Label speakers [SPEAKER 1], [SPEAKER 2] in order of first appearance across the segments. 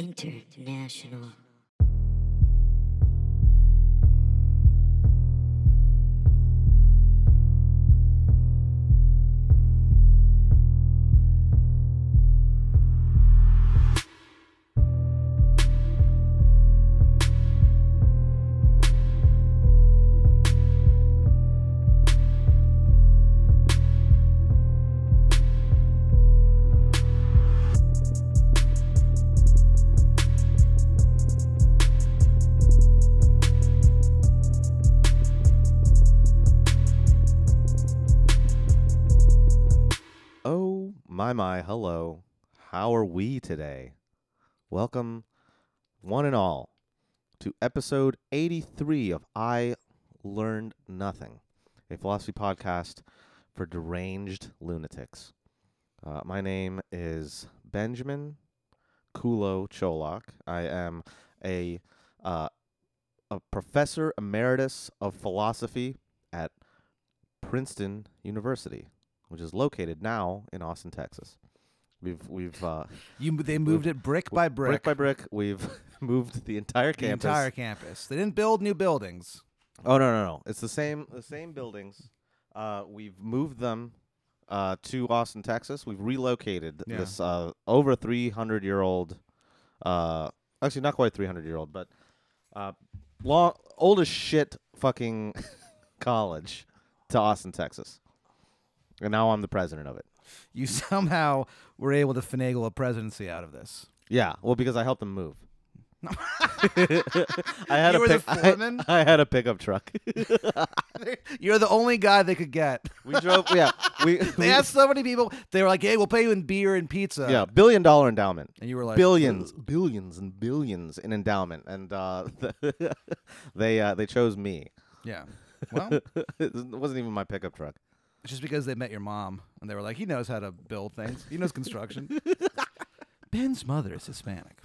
[SPEAKER 1] International.
[SPEAKER 2] Oh my my hello. How are we today? Welcome one and all to episode 83 of I Learned Nothing, a philosophy podcast for deranged lunatics. Uh, my name is Benjamin Kulo Cholak. I am a uh, a professor emeritus of philosophy at Princeton University which is located now in Austin, Texas. We've we've uh,
[SPEAKER 3] You they moved it brick by brick,
[SPEAKER 2] brick by brick. We've moved the entire
[SPEAKER 3] the
[SPEAKER 2] campus.
[SPEAKER 3] entire campus. They didn't build new buildings.
[SPEAKER 2] Oh no no no! It's the same the same buildings. Uh, we've moved them uh, to Austin, Texas. We've relocated
[SPEAKER 3] Yeah.
[SPEAKER 2] this uh, over three hundred year old, uh, actually not quite three hundred year old, but uh, long old as shit fucking college to Austin, Texas. And now I'm the president of it.
[SPEAKER 3] You somehow were able to finagle a presidency out of this.
[SPEAKER 2] Yeah, well, because I helped them move. I had
[SPEAKER 3] You
[SPEAKER 2] a
[SPEAKER 3] were the
[SPEAKER 2] pick- I-
[SPEAKER 3] foreman?
[SPEAKER 2] I, had a pickup truck.
[SPEAKER 3] You're the only guy they could get.
[SPEAKER 2] we drove. Yeah, we.
[SPEAKER 3] They
[SPEAKER 2] we-
[SPEAKER 3] asked so many people. They were like, "Hey, we'll pay you in beer and pizza."
[SPEAKER 2] yeah, billion dollar endowment.
[SPEAKER 3] and you were like,
[SPEAKER 2] billions, billions, and billions in endowment, and uh, they uh, they chose me.
[SPEAKER 3] Yeah. Well,
[SPEAKER 2] it wasn't even my pickup truck.
[SPEAKER 3] it's just because they met your mom and they were like, "He knows how to build things. He knows construction." Ben's mother is Hispanic.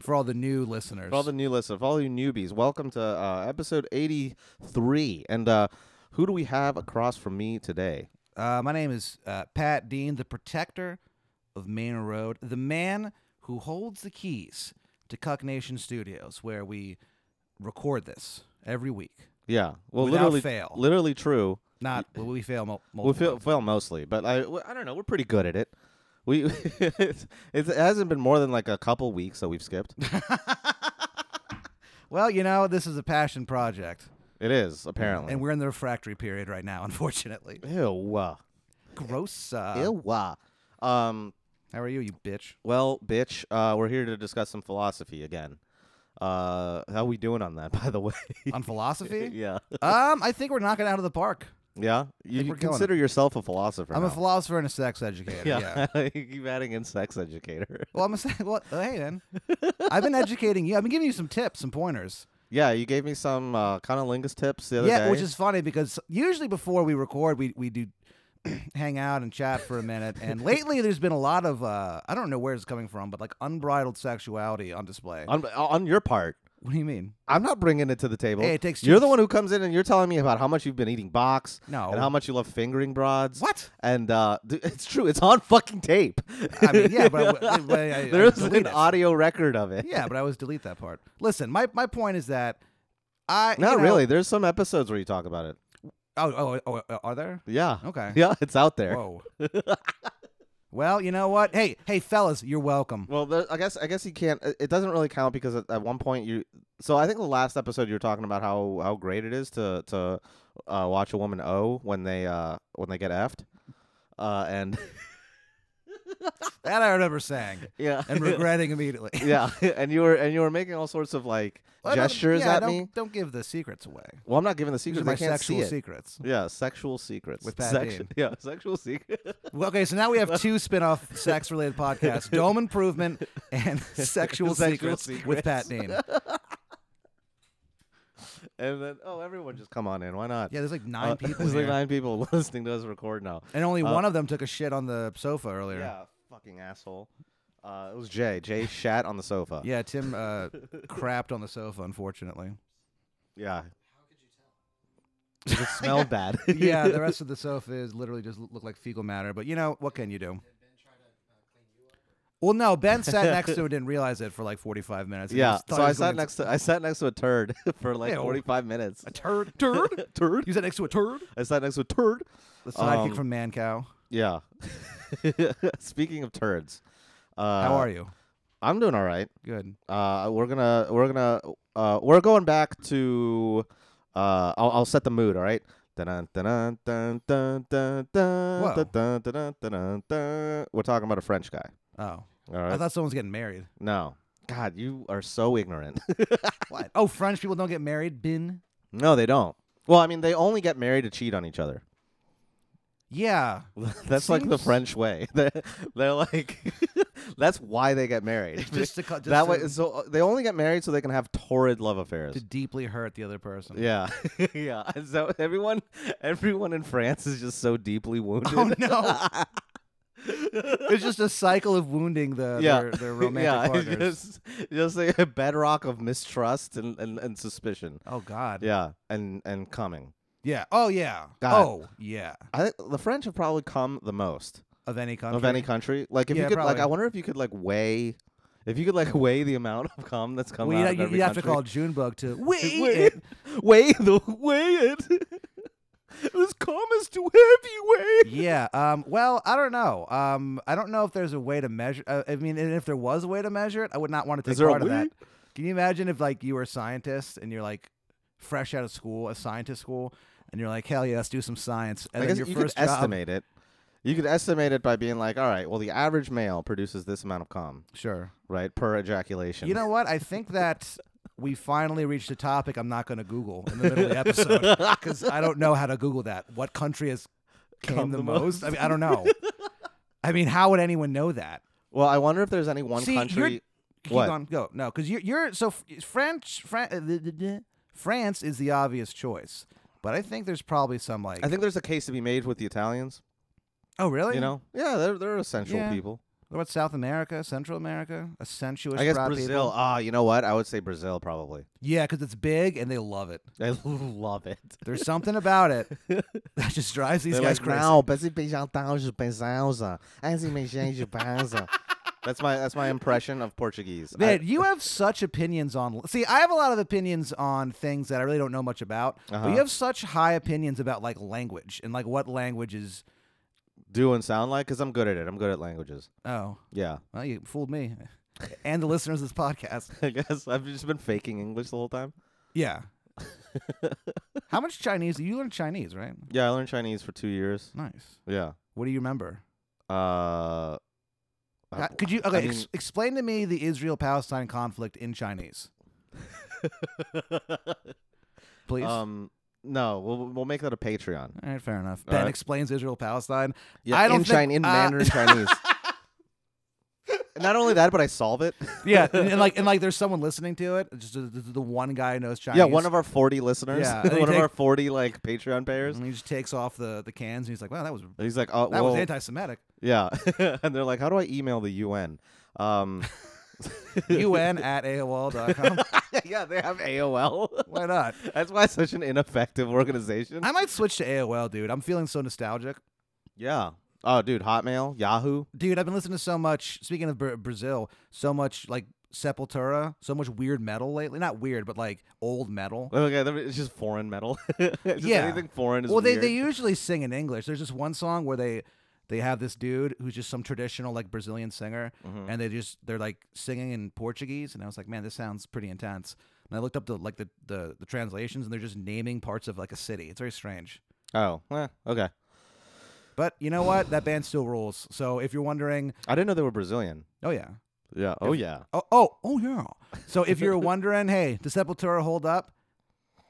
[SPEAKER 3] For all the new listeners,
[SPEAKER 2] For all the new listeners, for all you newbies, welcome to uh, episode eighty three. And uh, who do we have across from me today?
[SPEAKER 3] Uh, my name is uh, Pat Dean, the protector of Manor Road, the man who holds the keys to Cuck Nation Studios, where we record this every week.
[SPEAKER 2] Yeah, well,
[SPEAKER 3] Without
[SPEAKER 2] literally,
[SPEAKER 3] fail.
[SPEAKER 2] literally true.
[SPEAKER 3] Not well, we fail mul-
[SPEAKER 2] We
[SPEAKER 3] multiple.
[SPEAKER 2] fail, fail mostly, but I, w- I don't know. We're pretty good at it. We it's, it hasn't been more than like a couple weeks that we've skipped.
[SPEAKER 3] well, you know, this is a passion project,
[SPEAKER 2] It is apparently.
[SPEAKER 3] and we're in the refractory period right now, unfortunately.
[SPEAKER 2] ew, uh,
[SPEAKER 3] Gross. Uh,
[SPEAKER 2] ew. uh. Um.
[SPEAKER 3] how are you, you bitch?
[SPEAKER 2] Well, bitch. Uh, we're here to discuss some philosophy again. Uh, how we doing on that, by the way?
[SPEAKER 3] On philosophy?
[SPEAKER 2] yeah,
[SPEAKER 3] Um, I think we're knocking it out of the park.
[SPEAKER 2] yeah. You
[SPEAKER 3] we're killing
[SPEAKER 2] consider yourself a philosopher.
[SPEAKER 3] I'm a
[SPEAKER 2] now.
[SPEAKER 3] philosopher and a sex educator. yeah.
[SPEAKER 2] Yeah, you keep adding in sex educator.
[SPEAKER 3] Well, I'm a se- well, hey, man. I've been educating you. I've been giving you some tips, some pointers.
[SPEAKER 2] Yeah, you gave me some uh, conolingus tips the other
[SPEAKER 3] yeah,
[SPEAKER 2] day.
[SPEAKER 3] which is funny because usually before we record, we we do hang out and chat for a minute. And lately, there's been a lot of uh, I don't know where it's coming from, but like unbridled sexuality on display.
[SPEAKER 2] on, on your part.
[SPEAKER 3] what do you mean?
[SPEAKER 2] I'm not bringing it to the table.
[SPEAKER 3] Hey, it takes
[SPEAKER 2] You're the
[SPEAKER 3] two.
[SPEAKER 2] one who comes in and you're telling me about how much you've been eating box
[SPEAKER 3] No.
[SPEAKER 2] and how much you love fingering broads.
[SPEAKER 3] What?
[SPEAKER 2] And uh, d- it's true. It's on fucking tape.
[SPEAKER 3] I mean, yeah, but I- but I- I- I
[SPEAKER 2] there's
[SPEAKER 3] delete
[SPEAKER 2] an
[SPEAKER 3] it.
[SPEAKER 2] audio record of it.
[SPEAKER 3] Yeah, but I always delete that part. Listen, my my point is that I you
[SPEAKER 2] Not
[SPEAKER 3] know-
[SPEAKER 2] really. There's some episodes where you talk about it.
[SPEAKER 3] Oh, oh, oh, are there?
[SPEAKER 2] Yeah.
[SPEAKER 3] Okay.
[SPEAKER 2] Yeah, it's out there.
[SPEAKER 3] Whoa. well, you know what? Hey, hey, fellas, you're welcome.
[SPEAKER 2] Well, there, I guess I guess you can't. It it doesn't really count because at, at one point you. So I think the last episode you were talking about how how great it is to to uh, watch a woman O when they uh when they get effed, uh and
[SPEAKER 3] That I remember saying
[SPEAKER 2] yeah
[SPEAKER 3] and regretting immediately.
[SPEAKER 2] yeah, and you were and you were making all sorts of like
[SPEAKER 3] Well, I don't-
[SPEAKER 2] gestures
[SPEAKER 3] yeah,
[SPEAKER 2] at
[SPEAKER 3] don't,
[SPEAKER 2] me.
[SPEAKER 3] Don't give the secrets away.
[SPEAKER 2] Well, I'm not giving the
[SPEAKER 3] These are
[SPEAKER 2] secrets.
[SPEAKER 3] my
[SPEAKER 2] They can't
[SPEAKER 3] sexual
[SPEAKER 2] see it.
[SPEAKER 3] secrets.
[SPEAKER 2] Yeah, sexual secrets.
[SPEAKER 3] With Pat
[SPEAKER 2] Sex-
[SPEAKER 3] Dean.
[SPEAKER 2] Yeah, sexual secrets.
[SPEAKER 3] Well, okay, so now we have two spin-off sex-related podcasts: Dome Improvement and Sexual,
[SPEAKER 2] Sexual
[SPEAKER 3] secrets, with Pat Dean.
[SPEAKER 2] and then oh, everyone just come on in. Why not?
[SPEAKER 3] Yeah, there's like nine
[SPEAKER 2] Uh,
[SPEAKER 3] people
[SPEAKER 2] there's like
[SPEAKER 3] here.
[SPEAKER 2] nine people listening to us record now.
[SPEAKER 3] and only
[SPEAKER 2] uh,
[SPEAKER 3] one of them took a shit on the sofa earlier.
[SPEAKER 2] Yeah, fucking asshole. Uh, it was Jay. Jay shat on the sofa.
[SPEAKER 3] Yeah, Tim uh, crapped on the sofa, unfortunately.
[SPEAKER 2] Yeah. How could you tell? It smelled bad.
[SPEAKER 3] Yeah, the rest of the sofa is literally just look like fecal matter. But you know what can you do? Well, no, Ben sat next to him and didn't realize it for like 45 minutes. and he
[SPEAKER 2] Yeah.
[SPEAKER 3] just thought
[SPEAKER 2] So
[SPEAKER 3] he
[SPEAKER 2] I
[SPEAKER 3] was
[SPEAKER 2] sat
[SPEAKER 3] going
[SPEAKER 2] next to I sat next to a turd for like
[SPEAKER 3] Ew.
[SPEAKER 2] 45 minutes.
[SPEAKER 3] a turd. Turd?
[SPEAKER 2] turd.
[SPEAKER 3] You sat next to a turd?
[SPEAKER 2] I sat next to a turd.
[SPEAKER 3] The sidekick
[SPEAKER 2] Um,
[SPEAKER 3] from Man Cow.
[SPEAKER 2] Yeah. Speaking of turds, uh,
[SPEAKER 3] How are you?
[SPEAKER 2] I'm doing all right.
[SPEAKER 3] Good.
[SPEAKER 2] Uh, we're gonna we're gonna uh, we're going back to. Uh, I'll, I'll set the mood. All right. Dun-dun, dun-dun, dun, dun, dun, dun,
[SPEAKER 3] Whoa.
[SPEAKER 2] dun, dun, dun, dun, dun, dun. We're talking about a French guy.
[SPEAKER 3] Oh,
[SPEAKER 2] All
[SPEAKER 3] I
[SPEAKER 2] right.
[SPEAKER 3] thought someone was getting married.
[SPEAKER 2] No. God, you are so ignorant.
[SPEAKER 3] What? Oh, French people don't get married. Bin.
[SPEAKER 2] no, they don't. Well, I mean, they only get married to cheat on each other.
[SPEAKER 3] Yeah.
[SPEAKER 2] That's like the
[SPEAKER 3] seems-
[SPEAKER 2] French way. They're, they're like, that's why they get married.
[SPEAKER 3] Just to cut. Just
[SPEAKER 2] that
[SPEAKER 3] to,
[SPEAKER 2] way, so uh, they only get married so they can have torrid love affairs.
[SPEAKER 3] to deeply hurt the other person.
[SPEAKER 2] Yeah, yeah. And So everyone, everyone in France is just so deeply wounded.
[SPEAKER 3] Oh no. it's just a cycle of wounding the
[SPEAKER 2] yeah,
[SPEAKER 3] their, their romantic
[SPEAKER 2] yeah. it's
[SPEAKER 3] partners.
[SPEAKER 2] Just, just like a bedrock of mistrust and, and, and suspicion.
[SPEAKER 3] Oh God.
[SPEAKER 2] Yeah, and and coming.
[SPEAKER 3] Yeah. Oh yeah.
[SPEAKER 2] God.
[SPEAKER 3] Oh yeah.
[SPEAKER 2] I think the French have probably come the most
[SPEAKER 3] Of any country.
[SPEAKER 2] of any country. Like if
[SPEAKER 3] Yeah,
[SPEAKER 2] you could, like
[SPEAKER 3] probably.
[SPEAKER 2] I wonder if you could like weigh, if you could like weigh the amount of cum that's come
[SPEAKER 3] Well,
[SPEAKER 2] out
[SPEAKER 3] you,
[SPEAKER 2] of
[SPEAKER 3] you,
[SPEAKER 2] every
[SPEAKER 3] you have to
[SPEAKER 2] country.
[SPEAKER 3] call Junebug to wait.
[SPEAKER 2] Weigh it. Weigh the weigh it. this cum is too heavy. Weigh. it.
[SPEAKER 3] yeah. Um. Well, I don't know. Um. I don't know if there's a way to measure. Uh, I mean, and if there was a way to measure it, I would not want to
[SPEAKER 2] Is
[SPEAKER 3] take
[SPEAKER 2] there a
[SPEAKER 3] part of that.
[SPEAKER 2] way?
[SPEAKER 3] Can you imagine if like you were a scientist and you're like fresh out of school, a scientist school, and you're like, hell yeah, let's do some science. And
[SPEAKER 2] I
[SPEAKER 3] then
[SPEAKER 2] guess
[SPEAKER 3] your
[SPEAKER 2] you
[SPEAKER 3] first
[SPEAKER 2] could
[SPEAKER 3] job-
[SPEAKER 2] estimate it. You could estimate it by being like, all right, well, the average male produces this amount of cum,
[SPEAKER 3] Sure.
[SPEAKER 2] right, per ejaculation.
[SPEAKER 3] You know what? I think that we finally reached a topic I'm not going to Google in the middle of the episode because I don't know how to Google that. What country has came
[SPEAKER 2] Come
[SPEAKER 3] the,
[SPEAKER 2] the
[SPEAKER 3] most? I mean, I don't know. I mean, how would anyone know that?
[SPEAKER 2] well, I wonder if there's any one
[SPEAKER 3] See, you're-
[SPEAKER 2] country.
[SPEAKER 3] Keep
[SPEAKER 2] What?
[SPEAKER 3] on, go. No, because you're, you're so f- French. Fran- uh, the- the- the- France is the obvious choice, but I think there's probably some like.
[SPEAKER 2] I think there's a case to be made with the Italians.
[SPEAKER 3] oh, really?
[SPEAKER 2] You know, yeah, they're they're essential
[SPEAKER 3] Yeah.
[SPEAKER 2] people.
[SPEAKER 3] What about South America, Central America, a sensuous.
[SPEAKER 2] I guess
[SPEAKER 3] proud
[SPEAKER 2] Brazil.
[SPEAKER 3] people?
[SPEAKER 2] Ah, you know what? I would say Brazil probably.
[SPEAKER 3] Yeah, because it's big and they love it.
[SPEAKER 2] I love it.
[SPEAKER 3] There's something about it that just drives these
[SPEAKER 2] They're
[SPEAKER 3] guys
[SPEAKER 2] like,
[SPEAKER 3] crazy.
[SPEAKER 2] "Não, e precisa beijar tal de Bezalza. As em beijar de Baza." That's my that's my impression of Portuguese. I-
[SPEAKER 3] Man, you have such opinions on. See, I have a lot of opinions on things that I really don't know much about. But
[SPEAKER 2] Uh-huh.
[SPEAKER 3] you have such high opinions about like language and like what language is.
[SPEAKER 2] do and sound like because I'm good at it. I'm good at languages.
[SPEAKER 3] Oh,
[SPEAKER 2] Yeah,
[SPEAKER 3] well, you fooled me, and the listeners of this podcast.
[SPEAKER 2] I guess I've just been faking English the whole time.
[SPEAKER 3] Yeah. How much Chinese? You learned Chinese, right?
[SPEAKER 2] Yeah, I learned Chinese for two years.
[SPEAKER 3] Nice.
[SPEAKER 2] Yeah.
[SPEAKER 3] What do you remember?
[SPEAKER 2] Uh,
[SPEAKER 3] How- Could you okay,
[SPEAKER 2] I
[SPEAKER 3] ex- explain to me the Israel-Palestine conflict in Chinese, please?
[SPEAKER 2] mean, um, no, we'll we'll make that a Patreon.
[SPEAKER 3] All right, fair enough.
[SPEAKER 2] All
[SPEAKER 3] ben
[SPEAKER 2] right.
[SPEAKER 3] explains Israel Palestine.
[SPEAKER 2] Yeah,
[SPEAKER 3] I don't
[SPEAKER 2] in Chin-
[SPEAKER 3] think-
[SPEAKER 2] in
[SPEAKER 3] uh,
[SPEAKER 2] Mandarin Chinese. Not only that, but I solve it.
[SPEAKER 3] Yeah, and, and like and like, there's someone listening to it. Just the, the, the one guy who knows Chinese.
[SPEAKER 2] Yeah, one of our forty listeners.
[SPEAKER 3] Yeah, and
[SPEAKER 2] one
[SPEAKER 3] they
[SPEAKER 2] of
[SPEAKER 3] take-
[SPEAKER 2] our forty like Patreon payers.
[SPEAKER 3] and he just takes off the the cans and he's like, "Wow, that was that
[SPEAKER 2] He's like, oh,
[SPEAKER 3] was
[SPEAKER 2] well,
[SPEAKER 3] anti-Semitic."
[SPEAKER 2] yeah, and they're like, how do I email the UN? Um,
[SPEAKER 3] UN at AOL.com.
[SPEAKER 2] yeah, they have AOL.
[SPEAKER 3] Why not?
[SPEAKER 2] That's why it's such an ineffective organization.
[SPEAKER 3] I might switch to AOL, dude. I'm feeling so nostalgic,
[SPEAKER 2] yeah. Oh, dude, Hotmail, Yahoo.
[SPEAKER 3] dude. I've been listening to so much. Speaking of Bra- Brazil, so much like Sepultura, so much weird metal lately. Not weird, but like old metal.
[SPEAKER 2] Okay, that- it's just foreign metal. It's just
[SPEAKER 3] Yeah.
[SPEAKER 2] anything foreign is
[SPEAKER 3] well, they,
[SPEAKER 2] weird.
[SPEAKER 3] they usually sing in English. There's this one song where they they have this dude who's just some traditional like Brazilian singer,
[SPEAKER 2] Mhm.
[SPEAKER 3] and they just they're like singing in Portuguese, and I was like, man, this sounds pretty intense. And I looked up the like the the, the translations, and they're just naming parts of like a city. It's very strange.
[SPEAKER 2] Oh, eh, okay.
[SPEAKER 3] But you know what? That band still rules. So if you're wondering,
[SPEAKER 2] I didn't know they were Brazilian.
[SPEAKER 3] oh yeah,
[SPEAKER 2] Yeah. Oh, yeah.
[SPEAKER 3] oh oh oh yeah. So if you're wondering, hey, does Sepultura hold up?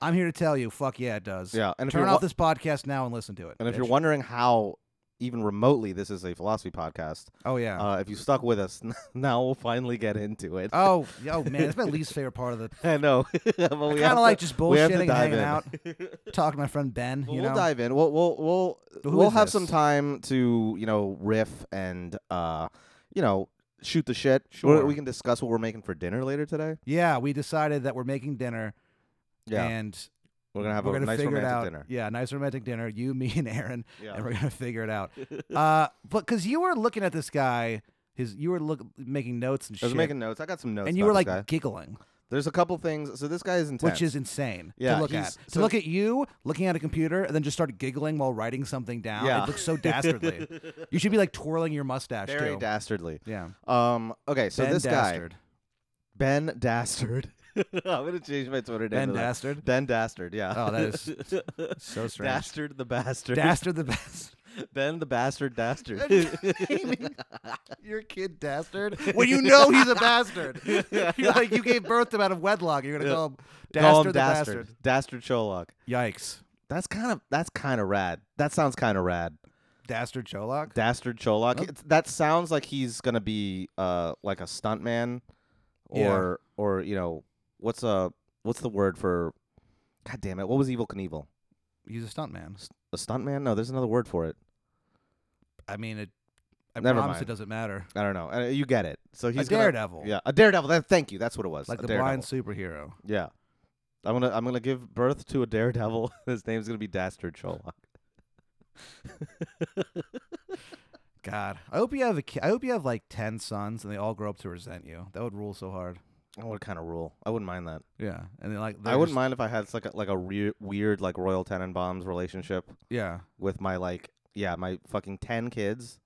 [SPEAKER 3] I'm here to tell you, fuck yeah, it does.
[SPEAKER 2] Yeah. And if
[SPEAKER 3] Turn
[SPEAKER 2] you're wa-
[SPEAKER 3] off this podcast now and listen to it.
[SPEAKER 2] and if you're
[SPEAKER 3] bitch.
[SPEAKER 2] wondering how even remotely this is a philosophy podcast,
[SPEAKER 3] oh yeah.
[SPEAKER 2] uh, if you stuck with us, now we'll finally get into it.
[SPEAKER 3] Oh, y- oh man, it's my least favorite part of the.
[SPEAKER 2] I know. but
[SPEAKER 3] I
[SPEAKER 2] we
[SPEAKER 3] kind
[SPEAKER 2] have
[SPEAKER 3] of
[SPEAKER 2] to-
[SPEAKER 3] like just
[SPEAKER 2] we have to
[SPEAKER 3] bullshitting, and
[SPEAKER 2] dive
[SPEAKER 3] hanging
[SPEAKER 2] in.
[SPEAKER 3] out, talking to my friend Ben.
[SPEAKER 2] Well,
[SPEAKER 3] you
[SPEAKER 2] we'll
[SPEAKER 3] know,
[SPEAKER 2] dive in. We'll we'll we'll
[SPEAKER 3] Who
[SPEAKER 2] we'll
[SPEAKER 3] is
[SPEAKER 2] have
[SPEAKER 3] this?
[SPEAKER 2] some time to you know riff and uh you know shoot the shit. We're-
[SPEAKER 3] Sure.
[SPEAKER 2] We can discuss what we're making for dinner later today.
[SPEAKER 3] yeah, we decided that we're making dinner, and
[SPEAKER 2] we're gonna have
[SPEAKER 3] we're
[SPEAKER 2] a
[SPEAKER 3] gonna
[SPEAKER 2] nice
[SPEAKER 3] figure it
[SPEAKER 2] romantic
[SPEAKER 3] out.
[SPEAKER 2] dinner.
[SPEAKER 3] Yeah, nice romantic dinner. You, me, and Aaron,
[SPEAKER 2] Yeah.
[SPEAKER 3] and we're gonna figure it out. uh, but because you were looking at this guy His you were look making notes and
[SPEAKER 2] I
[SPEAKER 3] shit,
[SPEAKER 2] was making notes. I got some notes.
[SPEAKER 3] and you
[SPEAKER 2] about
[SPEAKER 3] were
[SPEAKER 2] this
[SPEAKER 3] like
[SPEAKER 2] guy.
[SPEAKER 3] giggling,
[SPEAKER 2] there's a couple things. So this guy is intense.
[SPEAKER 3] which is insane
[SPEAKER 2] Yeah,
[SPEAKER 3] to look at.
[SPEAKER 2] he's-
[SPEAKER 3] to
[SPEAKER 2] so-
[SPEAKER 3] look at you looking at a computer and then just start giggling while writing something down.
[SPEAKER 2] Yeah.
[SPEAKER 3] It looks so dastardly. you should be like twirling your mustache
[SPEAKER 2] very
[SPEAKER 3] too.
[SPEAKER 2] dastardly.
[SPEAKER 3] yeah.
[SPEAKER 2] Um. Okay. So
[SPEAKER 3] ben
[SPEAKER 2] this
[SPEAKER 3] Dastard.
[SPEAKER 2] guy, Ben Dastard. I'm gonna change my Twitter name.
[SPEAKER 3] Ben
[SPEAKER 2] to that.
[SPEAKER 3] Dastard.
[SPEAKER 2] Ben Dastard. Yeah.
[SPEAKER 3] Oh, that is so strange.
[SPEAKER 2] Dastard the bastard.
[SPEAKER 3] Dastard the best.
[SPEAKER 2] ben the bastard dastard.
[SPEAKER 3] your kid dastard when you know he's a bastard. You're like you gave birth to him out of wedlock. You're gonna call him dastard
[SPEAKER 2] Call him
[SPEAKER 3] the
[SPEAKER 2] dastard. Dastard Cholok.
[SPEAKER 3] Yikes,
[SPEAKER 2] That's kind of that's kind of rad. That sounds kind of rad.
[SPEAKER 3] dastard Cholok.
[SPEAKER 2] Dastard Cholok.
[SPEAKER 3] Oh.
[SPEAKER 2] It's, that sounds like he's gonna be uh like a stuntman,
[SPEAKER 3] Yeah.
[SPEAKER 2] or or you know what's uh what's the word for? God damn it! What was Evil Knievel?
[SPEAKER 3] he's a stuntman.
[SPEAKER 2] A stuntman? No, there's another word for it.
[SPEAKER 3] I mean, it. I
[SPEAKER 2] Never
[SPEAKER 3] promise
[SPEAKER 2] mind.
[SPEAKER 3] it doesn't matter.
[SPEAKER 2] I don't know. Uh, you get it. So he's
[SPEAKER 3] a
[SPEAKER 2] gonna-
[SPEAKER 3] daredevil,
[SPEAKER 2] Yeah, a daredevil. That, thank you. That's what it was.
[SPEAKER 3] like
[SPEAKER 2] a
[SPEAKER 3] the
[SPEAKER 2] daredevil.
[SPEAKER 3] blind superhero.
[SPEAKER 2] Yeah. I'm gonna I'm gonna give birth to a daredevil. His name's gonna be Dastard Cholok.
[SPEAKER 3] God, I hope you have a. Ki- I hope you have like ten sons and they all grow up to resent you. That would rule so hard.
[SPEAKER 2] That would kind of rule. I wouldn't mind that.
[SPEAKER 3] Yeah, and they like.
[SPEAKER 2] I
[SPEAKER 3] they're
[SPEAKER 2] wouldn't
[SPEAKER 3] just-
[SPEAKER 2] mind if I had like a, like a re- weird like Royal Tenenbaums relationship
[SPEAKER 3] Yeah,
[SPEAKER 2] with my like yeah my fucking ten kids.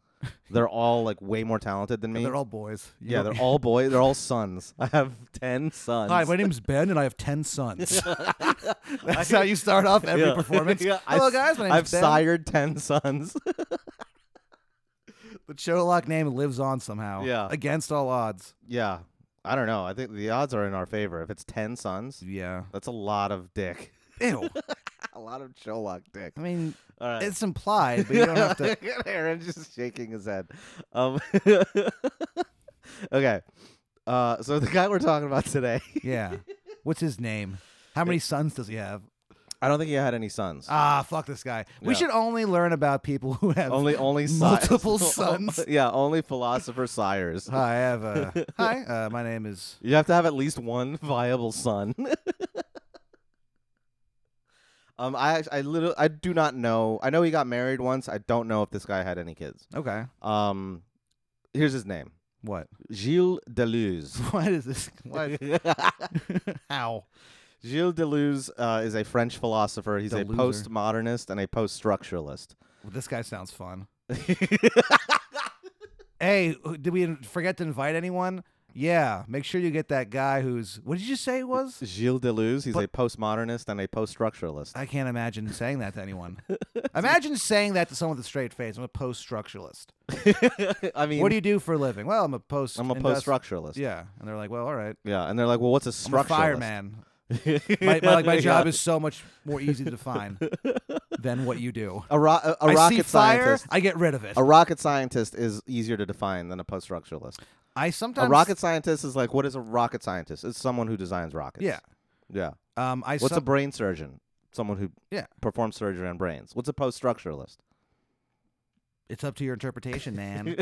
[SPEAKER 2] They're all like way more talented than me.
[SPEAKER 3] they're all boys. You
[SPEAKER 2] yeah,
[SPEAKER 3] don't-
[SPEAKER 2] they're all boys. They're all sons. I have ten sons.
[SPEAKER 3] Hi, my name's Ben, and I have ten sons. That's how you start off every
[SPEAKER 2] Yeah.
[SPEAKER 3] performance.
[SPEAKER 2] Yeah,
[SPEAKER 3] Hello,
[SPEAKER 2] I've-
[SPEAKER 3] guys. My name's
[SPEAKER 2] I've
[SPEAKER 3] Ben.
[SPEAKER 2] sired ten sons.
[SPEAKER 3] The Sherlock name lives on somehow.
[SPEAKER 2] Yeah.
[SPEAKER 3] Against all odds.
[SPEAKER 2] yeah, I don't know. I think the odds are in our favor. If it's ten sons,
[SPEAKER 3] Yeah.
[SPEAKER 2] that's a lot of dick.
[SPEAKER 3] Ew.
[SPEAKER 2] a lot of Sherlock dick.
[SPEAKER 3] I mean,
[SPEAKER 2] All right.
[SPEAKER 3] it's implied, but you don't have to.
[SPEAKER 2] Aaron's just shaking his head. Um, okay. Uh, so the guy we're talking about today,
[SPEAKER 3] Yeah. What's his name? How many sons does he have?
[SPEAKER 2] I don't think he had any sons.
[SPEAKER 3] Ah, fuck this guy. We
[SPEAKER 2] Yeah.
[SPEAKER 3] should only learn about people who have.
[SPEAKER 2] only, only si-
[SPEAKER 3] multiple sons.
[SPEAKER 2] yeah, only philosopher sires.
[SPEAKER 3] Hi, I have a. Hi, uh, my name is.
[SPEAKER 2] You have to have at least one viable son. um, I, act- I literally, I do not know. I know he got married once. I don't know if this guy had any kids.
[SPEAKER 3] Okay.
[SPEAKER 2] Um, here's his name:
[SPEAKER 3] What?
[SPEAKER 2] Gilles Deleuze.
[SPEAKER 3] Why does this? Why? How?
[SPEAKER 2] Gilles Deleuze uh, is a French philosopher. He's a
[SPEAKER 3] Deleuzer.
[SPEAKER 2] postmodernist and a post-structuralist.
[SPEAKER 3] Well, this guy sounds fun. hey, who- did we forget to invite anyone? Yeah. Make sure you get that guy who's. What did you say it was?
[SPEAKER 2] Gilles Deleuze, he's
[SPEAKER 3] But-
[SPEAKER 2] a postmodernist and a post-structuralist.
[SPEAKER 3] I can't imagine saying that to anyone. imagine saying that to someone with a straight face. I'm a post-structuralist.
[SPEAKER 2] I mean,
[SPEAKER 3] what do you do for a living? Well, I'm a post.
[SPEAKER 2] I'm a
[SPEAKER 3] industri-
[SPEAKER 2] post-structuralist. Yeah.
[SPEAKER 3] Yeah, and they're like, well, all right.
[SPEAKER 2] and they're like, well, what's a
[SPEAKER 3] I'm a
[SPEAKER 2] structuralist?
[SPEAKER 3] fireman. My, my, like, my job is so much more easy to define than what you do.
[SPEAKER 2] a, ro- a, a
[SPEAKER 3] I
[SPEAKER 2] rocket
[SPEAKER 3] see fire,
[SPEAKER 2] scientist.
[SPEAKER 3] I get rid of it.
[SPEAKER 2] A rocket scientist is easier to define than a post-structuralist.
[SPEAKER 3] I sometimes
[SPEAKER 2] a rocket scientist is like, what is a rocket scientist? It's someone who designs rockets.
[SPEAKER 3] Yeah.
[SPEAKER 2] yeah.
[SPEAKER 3] Um, I
[SPEAKER 2] What's a
[SPEAKER 3] some-
[SPEAKER 2] brain surgeon? Someone who
[SPEAKER 3] Yeah.
[SPEAKER 2] performs surgery on brains. What's a post-structuralist?
[SPEAKER 3] it's up to your interpretation, man.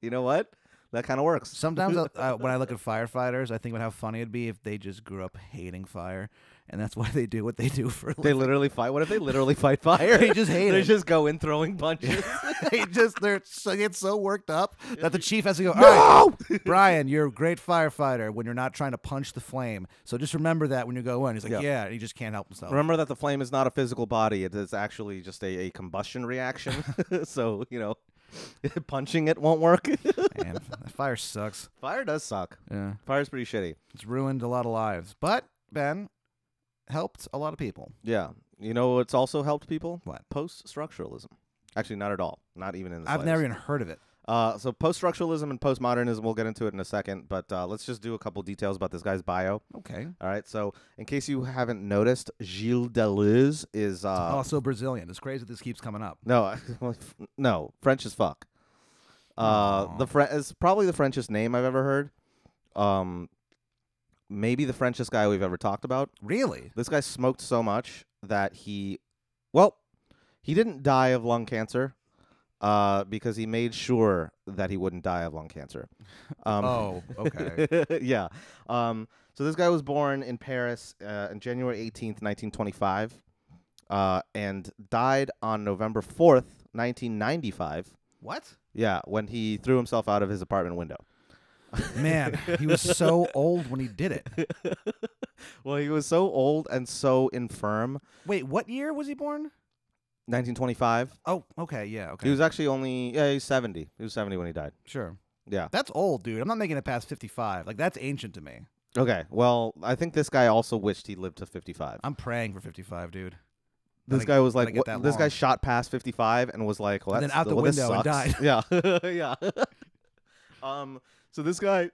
[SPEAKER 2] you know what? That kind of works.
[SPEAKER 3] Sometimes I, uh, when I look at firefighters, I think about how funny it'd be if they just grew up hating fire, and that's why they do what they do for a living.
[SPEAKER 2] They literally fight. What if they literally fight fire?
[SPEAKER 3] They just hate
[SPEAKER 2] They
[SPEAKER 3] it.
[SPEAKER 2] just go in throwing punches.
[SPEAKER 3] they just they're so, get so worked up that the chief has to go. All right, Brian, you're a great firefighter when you're not trying to punch the flame. So just remember that when you go in. He's like,
[SPEAKER 2] Yeah.
[SPEAKER 3] yeah, and he just can't help himself.
[SPEAKER 2] Remember that the flame is not a physical body; it is actually just a, a combustion reaction. so you know, punching it won't work.
[SPEAKER 3] Man, that fire sucks.
[SPEAKER 2] Fire does suck.
[SPEAKER 3] Yeah,
[SPEAKER 2] Fire's pretty shitty.
[SPEAKER 3] it's ruined a lot of lives. But Ben helped a lot of people.
[SPEAKER 2] Yeah, you know what's also helped people?
[SPEAKER 3] What?
[SPEAKER 2] Post structuralism. Actually, not at all. Not even in the.
[SPEAKER 3] I've
[SPEAKER 2] slightest.
[SPEAKER 3] never even heard of it.
[SPEAKER 2] Uh, so post structuralism and postmodernism. We'll get into it in a second, but uh, let's just do a couple details about this guy's bio.
[SPEAKER 3] Okay.
[SPEAKER 2] All right. So in case you haven't noticed, Gilles Deleuze is uh,
[SPEAKER 3] also Brazilian. It's crazy this keeps coming up.
[SPEAKER 2] No, I- well, f- no, French as fuck. Uh, the French is probably the Frenchest name I've ever heard. Um, maybe the Frenchest guy we've ever talked about.
[SPEAKER 3] Really?
[SPEAKER 2] This guy smoked so much that he, well, he didn't die of lung cancer, uh, because he made sure that he wouldn't die of lung cancer. Um,
[SPEAKER 3] oh, okay.
[SPEAKER 2] yeah. Um, so this guy was born in Paris uh, on January 18th, 1925, uh, and died on November 4th, 1995.
[SPEAKER 3] what?
[SPEAKER 2] Yeah, when he threw himself out of his apartment window.
[SPEAKER 3] Man, he was so old when he did it.
[SPEAKER 2] Well, he was so old and so infirm.
[SPEAKER 3] Wait, what year was he born?
[SPEAKER 2] 1925.
[SPEAKER 3] Oh, okay, yeah, okay,
[SPEAKER 2] He was actually only yeah, he's 70. He was 70 when he died.
[SPEAKER 3] sure.
[SPEAKER 2] Yeah.
[SPEAKER 3] That's old, dude. I'm not making it past 55. Like that's ancient to me.
[SPEAKER 2] Okay. Well, I think this guy also wished he lived to 55.
[SPEAKER 3] I'm praying for 55, dude.
[SPEAKER 2] This
[SPEAKER 3] Gotta-
[SPEAKER 2] guy was
[SPEAKER 3] gotta
[SPEAKER 2] like,
[SPEAKER 3] get
[SPEAKER 2] what-
[SPEAKER 3] that
[SPEAKER 2] this guy
[SPEAKER 3] long.
[SPEAKER 2] shot past 55 and was like, well,
[SPEAKER 3] And then
[SPEAKER 2] that's
[SPEAKER 3] out the
[SPEAKER 2] well, this
[SPEAKER 3] window and
[SPEAKER 2] sucks. Yeah, yeah. um, so this guy,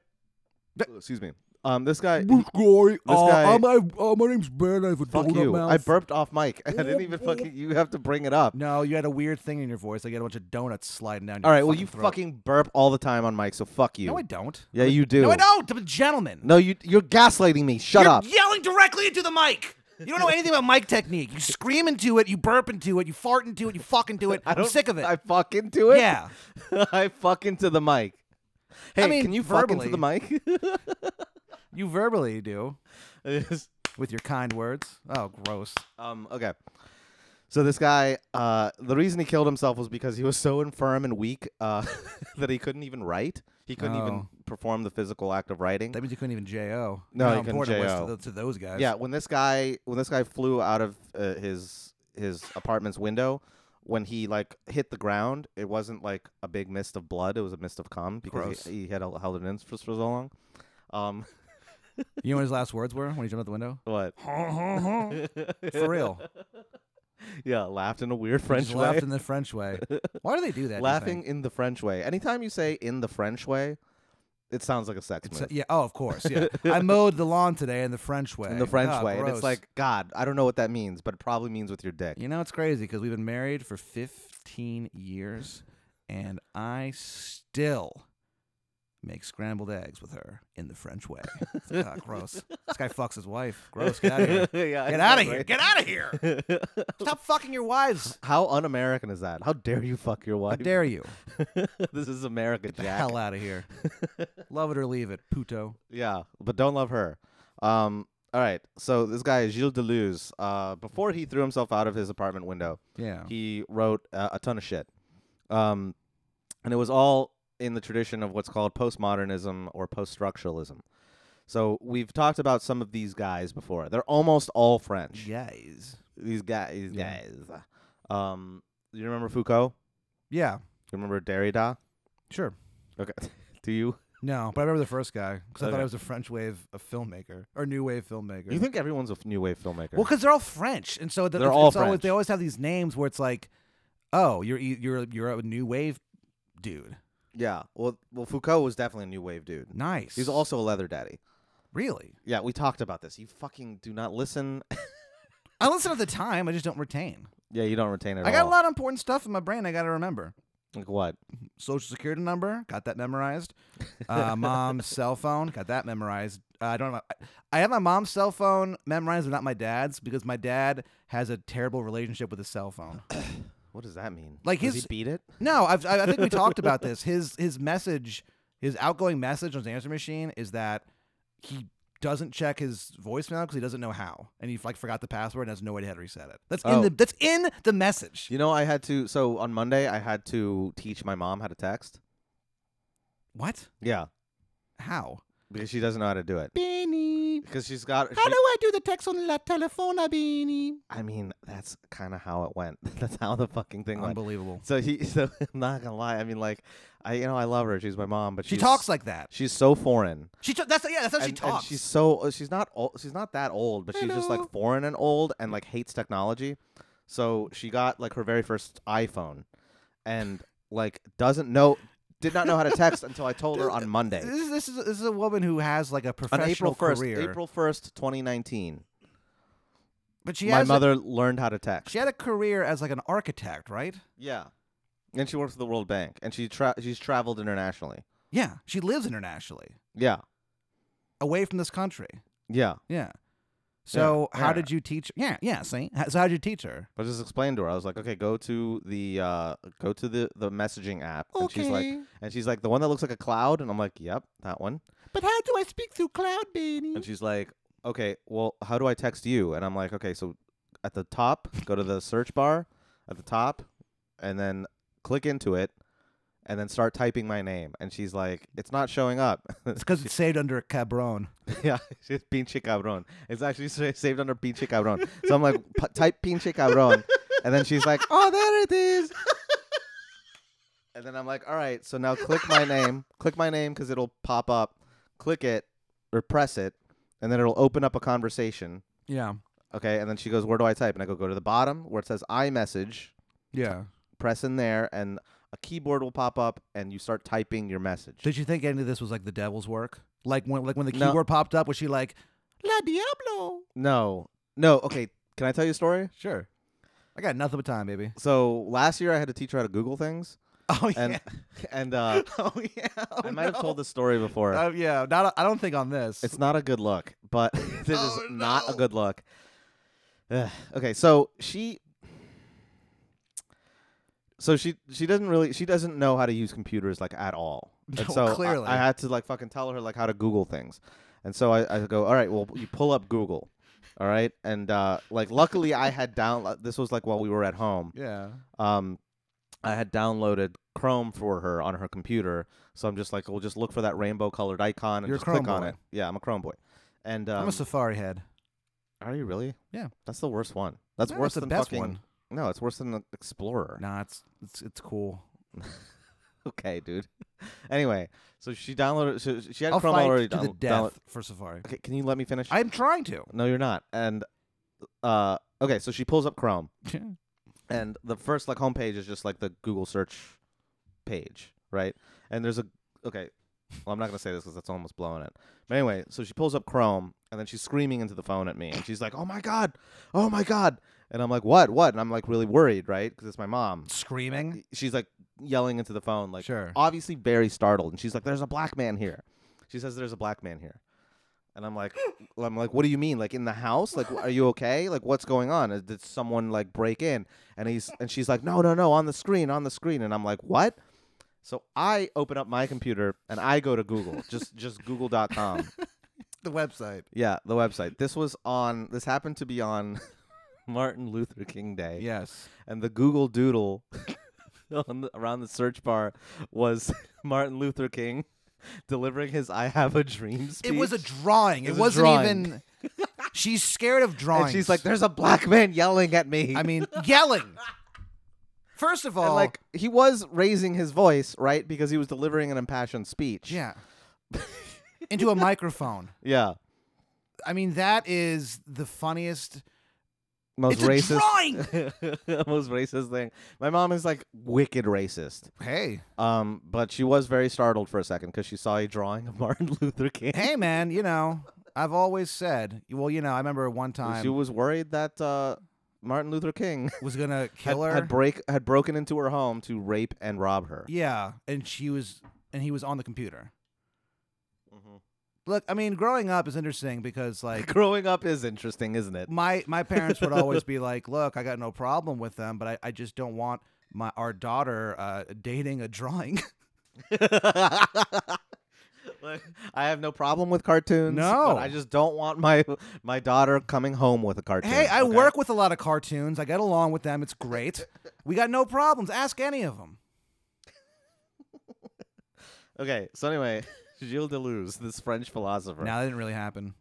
[SPEAKER 2] oh, excuse me. Um, this guy, he-
[SPEAKER 3] Glory.
[SPEAKER 2] uh, guy- I'm-
[SPEAKER 3] my name's Ben. I have a
[SPEAKER 2] fuck you. I burped off mic. I didn't even fucking. You have to bring it up.
[SPEAKER 3] no, you had a weird thing in your voice. I got a bunch of donuts sliding down. Your
[SPEAKER 2] All right. Well, you
[SPEAKER 3] throat.
[SPEAKER 2] fucking burp all the time on mic, so fuck you.
[SPEAKER 3] No, I don't.
[SPEAKER 2] yeah, you do.
[SPEAKER 3] No, I don't. I'm a gentleman.
[SPEAKER 2] No, you. You're gaslighting me. Shut
[SPEAKER 3] You're
[SPEAKER 2] up.
[SPEAKER 3] yelling directly into the mic. You don't know anything about mic technique. You scream into it. You burp into it. You fart into it. You fuck into it.
[SPEAKER 2] I
[SPEAKER 3] I'm
[SPEAKER 2] don't,
[SPEAKER 3] sick of it.
[SPEAKER 2] I fuck into it.
[SPEAKER 3] Yeah.
[SPEAKER 2] I fuck into the mic. Hey,
[SPEAKER 3] mean,
[SPEAKER 2] can you fuck into the mic?
[SPEAKER 3] you verbally do
[SPEAKER 2] It is-
[SPEAKER 3] with your kind words. Oh, gross.
[SPEAKER 2] Um, okay. So this guy, uh, the reason he killed himself was because he was so infirm and weak uh, that he couldn't even write. He couldn't even
[SPEAKER 3] Oh.
[SPEAKER 2] perform the physical act of writing.
[SPEAKER 3] That means you couldn't even jo.
[SPEAKER 2] No,
[SPEAKER 3] How
[SPEAKER 2] you couldn't
[SPEAKER 3] important it was
[SPEAKER 2] JO.
[SPEAKER 3] To, th- to those guys.
[SPEAKER 2] yeah, when this guy when this guy flew out of uh, his his apartment's window, when he like hit the ground, it wasn't like a big mist of blood. It was a mist of cum because
[SPEAKER 3] Gross.
[SPEAKER 2] he, he had held held it in for, for so long. Um,
[SPEAKER 3] You know what his last words were when he jumped out the window?
[SPEAKER 2] what?
[SPEAKER 3] For real.
[SPEAKER 2] Yeah, laughed in a weird
[SPEAKER 3] He
[SPEAKER 2] French
[SPEAKER 3] just
[SPEAKER 2] way.
[SPEAKER 3] laughed in the French way. Why do they do that? do you
[SPEAKER 2] laughing
[SPEAKER 3] think?
[SPEAKER 2] in the French way. Anytime you say in the French way, it sounds like a sex
[SPEAKER 3] It's-
[SPEAKER 2] move.
[SPEAKER 3] yeah. Oh, of course. Yeah. I mowed the lawn today in the French way.
[SPEAKER 2] in the French
[SPEAKER 3] Oh,
[SPEAKER 2] way. And it's
[SPEAKER 3] gross.
[SPEAKER 2] like, God, I don't know what that means, but it probably means with your dick.
[SPEAKER 3] you know, it's crazy because we've been married for 15 years, and I still make scrambled eggs with her in the French way. It's like, oh, gross. This guy fucks his wife. Gross. Get out of here.
[SPEAKER 2] Yeah,
[SPEAKER 3] Get out of here.
[SPEAKER 2] exactly.
[SPEAKER 3] Get out of here. Stop fucking your wives.
[SPEAKER 2] How un American is that? How dare you fuck your
[SPEAKER 3] How
[SPEAKER 2] wife?
[SPEAKER 3] dare you?
[SPEAKER 2] this is America,
[SPEAKER 3] The
[SPEAKER 2] Jack.
[SPEAKER 3] hell out of here. Love it or leave it, puto.
[SPEAKER 2] Yeah, but don't love her. Um, all right. So this guy, Gilles Deleuze, uh, before he threw himself out of his apartment window,
[SPEAKER 3] Yeah.
[SPEAKER 2] he wrote uh, a ton of shit. Um, and it was all in the tradition of what's called postmodernism or post-structuralism. So we've talked about some of these guys before. They're almost all French.
[SPEAKER 3] Guys.
[SPEAKER 2] These guys, these
[SPEAKER 3] Yeah.
[SPEAKER 2] guys. Um, you remember Foucault?
[SPEAKER 3] Yeah.
[SPEAKER 2] You remember Derrida?
[SPEAKER 3] Sure.
[SPEAKER 2] Okay. Do you?
[SPEAKER 3] No, but I remember the first guy because I
[SPEAKER 2] Okay.
[SPEAKER 3] thought I was a French wave of filmmaker or new wave filmmaker.
[SPEAKER 2] You think everyone's a f- new wave filmmaker?
[SPEAKER 3] Well, because they're all French, and so the,
[SPEAKER 2] They're
[SPEAKER 3] it's
[SPEAKER 2] all
[SPEAKER 3] always- they
[SPEAKER 2] French.
[SPEAKER 3] always have these names where it's like, oh, you're e- you're you're a new wave dude.
[SPEAKER 2] yeah. Well, well, Foucault was definitely a new wave dude.
[SPEAKER 3] Nice.
[SPEAKER 2] He's also a leather daddy.
[SPEAKER 3] really.
[SPEAKER 2] Yeah, we talked about this. You fucking do not listen.
[SPEAKER 3] I listen at the time. I just don't retain.
[SPEAKER 2] yeah, you don't retain it.
[SPEAKER 3] I got a lot of important stuff in my brain. I got to remember.
[SPEAKER 2] Like what?
[SPEAKER 3] Social security number, got that memorized. Uh, mom's cell phone, got that memorized. Uh, I don't. Have, I have my mom's cell phone memorized, but not my dad's because my dad has a terrible relationship with his cell phone.
[SPEAKER 2] What does that mean?
[SPEAKER 3] Like
[SPEAKER 2] does
[SPEAKER 3] his-
[SPEAKER 2] he beat it?
[SPEAKER 3] No, I've, I I think we talked about this. His his message, his outgoing message on his answer machine is that he doesn't check his voicemail because he doesn't know how, and he like forgot the password and has no idea how to reset it. That's in
[SPEAKER 2] Oh.
[SPEAKER 3] the that's in the message.
[SPEAKER 2] You know, I had to. So on Monday, I had to teach my mom how to text.
[SPEAKER 3] What?
[SPEAKER 2] Yeah,
[SPEAKER 3] How?
[SPEAKER 2] because she doesn't know how to do it.
[SPEAKER 3] Beanie,
[SPEAKER 2] Because she's got.
[SPEAKER 3] how
[SPEAKER 2] she-
[SPEAKER 3] do I do the text on la telefona, Beanie?
[SPEAKER 2] I mean, that's kind of how it went. that's how the fucking thing went.
[SPEAKER 3] Unbelievable.
[SPEAKER 2] So he. So I'm not gonna lie. I mean, like, I you know I love her. She's my mom, but
[SPEAKER 3] She
[SPEAKER 2] she's-
[SPEAKER 3] talks like that.
[SPEAKER 2] She's so foreign.
[SPEAKER 3] She ta- that's yeah, that's how
[SPEAKER 2] and,
[SPEAKER 3] she
[SPEAKER 2] and
[SPEAKER 3] talks.
[SPEAKER 2] she's so uh, she's not old, she's not that old, but she's just
[SPEAKER 3] Hello.
[SPEAKER 2] like foreign and old and like hates technology. So she got like her very first iPhone, and like doesn't know did not know how to text until I told her on Monday
[SPEAKER 3] this, is- this is this is a woman who has like a
[SPEAKER 2] on
[SPEAKER 3] professional
[SPEAKER 2] April first
[SPEAKER 3] career.
[SPEAKER 2] April first, twenty nineteen.
[SPEAKER 3] but she
[SPEAKER 2] My
[SPEAKER 3] has a-
[SPEAKER 2] mother learned how to text.
[SPEAKER 3] she had a career as like an architect, right?
[SPEAKER 2] yeah, and she works for the World Bank, and she tra- she's traveled internationally.
[SPEAKER 3] Yeah, she lives internationally,
[SPEAKER 2] Yeah,
[SPEAKER 3] away from this country.
[SPEAKER 2] yeah.
[SPEAKER 3] Yeah. So
[SPEAKER 2] Yeah,
[SPEAKER 3] how
[SPEAKER 2] yeah.
[SPEAKER 3] did you teach? Yeah, yeah. See, H- so how did you teach her?
[SPEAKER 2] I just explained to her. I was like, okay, go to the uh, go to the the messaging app, and she's like. And she's like, the one that looks like a cloud? And I'm like, yep, that one.
[SPEAKER 3] but how do I speak through cloud, baby?
[SPEAKER 2] And she's like, okay, well, how do I text you? And I'm like, okay, so at the top, go to the search bar at the top, and then click into it, and then start typing my name. And she's like, it's not showing up.
[SPEAKER 3] It's because it's saved under a cabron.
[SPEAKER 2] yeah, she's pinche cabron. It's actually sa- saved under pinche cabron. So I'm like, p- type pinche cabron. And then she's like, oh, there it is. and then I'm like, all right, so now click my name. Click my name because it'll pop up. Click it or press it. And then it'll open up a conversation.
[SPEAKER 3] Yeah.
[SPEAKER 2] Okay. And then she goes, where do I type? And I go, go to the bottom where it says iMessage.
[SPEAKER 3] Yeah.
[SPEAKER 2] Press in there and a keyboard will pop up and you start typing your message.
[SPEAKER 3] Did you think any of this was like the devil's work? Like when like when the
[SPEAKER 2] No.
[SPEAKER 3] keyboard popped up, was she like, La Diablo?
[SPEAKER 2] No. No. Okay. Can I tell you a story?
[SPEAKER 3] Sure. I got nothing but time, baby.
[SPEAKER 2] So last year I had to teach her how to Google things,
[SPEAKER 3] Oh yeah.
[SPEAKER 2] and and uh,
[SPEAKER 3] oh yeah. Oh,
[SPEAKER 2] I might have told
[SPEAKER 3] no.
[SPEAKER 2] this story before.
[SPEAKER 3] Uh, yeah. Not. I don't think on this.
[SPEAKER 2] it's not a good look, but this is
[SPEAKER 3] Oh,
[SPEAKER 2] not a
[SPEAKER 3] no.
[SPEAKER 2] good look. Ugh. Okay, so she, so she she doesn't really she doesn't know how to use computers like at all. And
[SPEAKER 3] No,
[SPEAKER 2] so I-
[SPEAKER 3] clearly.
[SPEAKER 2] I, had to like fucking tell her like how to Google things, and so I, I go, all right, well you pull up Google, all right, and uh, like luckily I had down this was like while we were at home,
[SPEAKER 3] yeah.
[SPEAKER 2] um, I had downloaded Chrome for her on her computer, so I'm just like, we'll just look for that rainbow colored icon and
[SPEAKER 3] You're a
[SPEAKER 2] just click
[SPEAKER 3] Chrome
[SPEAKER 2] on
[SPEAKER 3] boy.
[SPEAKER 2] it. Yeah, I'm a Chrome boy. And um,
[SPEAKER 3] I'm a Safari head.
[SPEAKER 2] are you really?
[SPEAKER 3] Yeah.
[SPEAKER 2] that's the worst one. That's
[SPEAKER 3] No,
[SPEAKER 2] worse
[SPEAKER 3] the
[SPEAKER 2] than
[SPEAKER 3] best
[SPEAKER 2] fucking.
[SPEAKER 3] one.
[SPEAKER 2] No, it's worse than the Explorer.
[SPEAKER 3] Nah, it's it's it's cool.
[SPEAKER 2] Okay, dude. anyway, so she downloaded. So she had
[SPEAKER 3] I'll
[SPEAKER 2] Chrome
[SPEAKER 3] fight
[SPEAKER 2] already
[SPEAKER 3] to the
[SPEAKER 2] down-
[SPEAKER 3] death
[SPEAKER 2] download-
[SPEAKER 3] for Safari.
[SPEAKER 2] Okay, can you let me finish?
[SPEAKER 3] I'm trying to.
[SPEAKER 2] no, you're not. And uh, okay, so she pulls up Chrome, and the first like homepage is just like the Google search page, right? And there's a okay. Well, I'm not gonna say this because that's almost blowing it. But anyway, so she pulls up Chrome and then she's screaming into the phone at me, and she's like, "Oh my god, oh my god!" And I'm like, "What? What?" And I'm like really worried, right? Because it's my mom.
[SPEAKER 3] Screaming.
[SPEAKER 2] She's like yelling into the phone, like
[SPEAKER 3] Sure.
[SPEAKER 2] obviously very startled, and she's like, "There's a black man here." She says, "There's a black man here," and I'm like, "I'm like, what do you mean? Like in the house? Like, wh- are you okay? Like, what's going on? Uh, Did someone like break in?" And he's and she's like, "No, no, no, on the screen, on the screen," and I'm like, "What?" So I open up my computer and I go to Google, just just Google.com. Uh,
[SPEAKER 3] The website.
[SPEAKER 2] Yeah, the website. This was on. This happened to be on Martin Luther King Day
[SPEAKER 3] Yes.
[SPEAKER 2] and the Google Doodle on the, around the search bar was Martin Luther King delivering his "I Have a Dream" speech.
[SPEAKER 3] It was a drawing. It,
[SPEAKER 2] It was a
[SPEAKER 3] wasn't
[SPEAKER 2] drawing.
[SPEAKER 3] even. She's scared of drawing.
[SPEAKER 2] and she's like, "There's a black man yelling at me."
[SPEAKER 3] I mean, yelling. First of all,
[SPEAKER 2] and like he was raising his voice, right, because he was delivering an impassioned speech.
[SPEAKER 3] yeah, into a microphone.
[SPEAKER 2] yeah,
[SPEAKER 3] I mean, that is the funniest.
[SPEAKER 2] most
[SPEAKER 3] It's a
[SPEAKER 2] racist.
[SPEAKER 3] drawing!
[SPEAKER 2] most racist thing. My mom is like wicked racist.
[SPEAKER 3] Hey,
[SPEAKER 2] Um, but she was very startled for a second because she saw a drawing of Martin Luther King.
[SPEAKER 3] hey, man. You know, I've always said. Well, you know, I remember one time
[SPEAKER 2] She was worried that uh, Martin Luther King
[SPEAKER 3] was gonna
[SPEAKER 2] had-
[SPEAKER 3] kill her.
[SPEAKER 2] Had, break had broken into her home to rape and rob her.
[SPEAKER 3] yeah, and she was, and he was on the computer. Look, I mean, growing up is interesting because like
[SPEAKER 2] Growing up is interesting, isn't it?
[SPEAKER 3] my my parents would always be like, "Look, I got no problem with them, but I, I just don't want my our daughter uh, dating a drawing."
[SPEAKER 2] Like, I have no problem with cartoons.
[SPEAKER 3] No.
[SPEAKER 2] but I just don't want my my daughter coming home with a cartoon.
[SPEAKER 3] hey, I
[SPEAKER 2] okay?
[SPEAKER 3] work with a lot of cartoons. I get along with them. It's great. We got no problems. Ask any of them.
[SPEAKER 2] Okay, so anyway, Gilles Deleuze, this French philosopher.
[SPEAKER 3] Now that didn't really happen.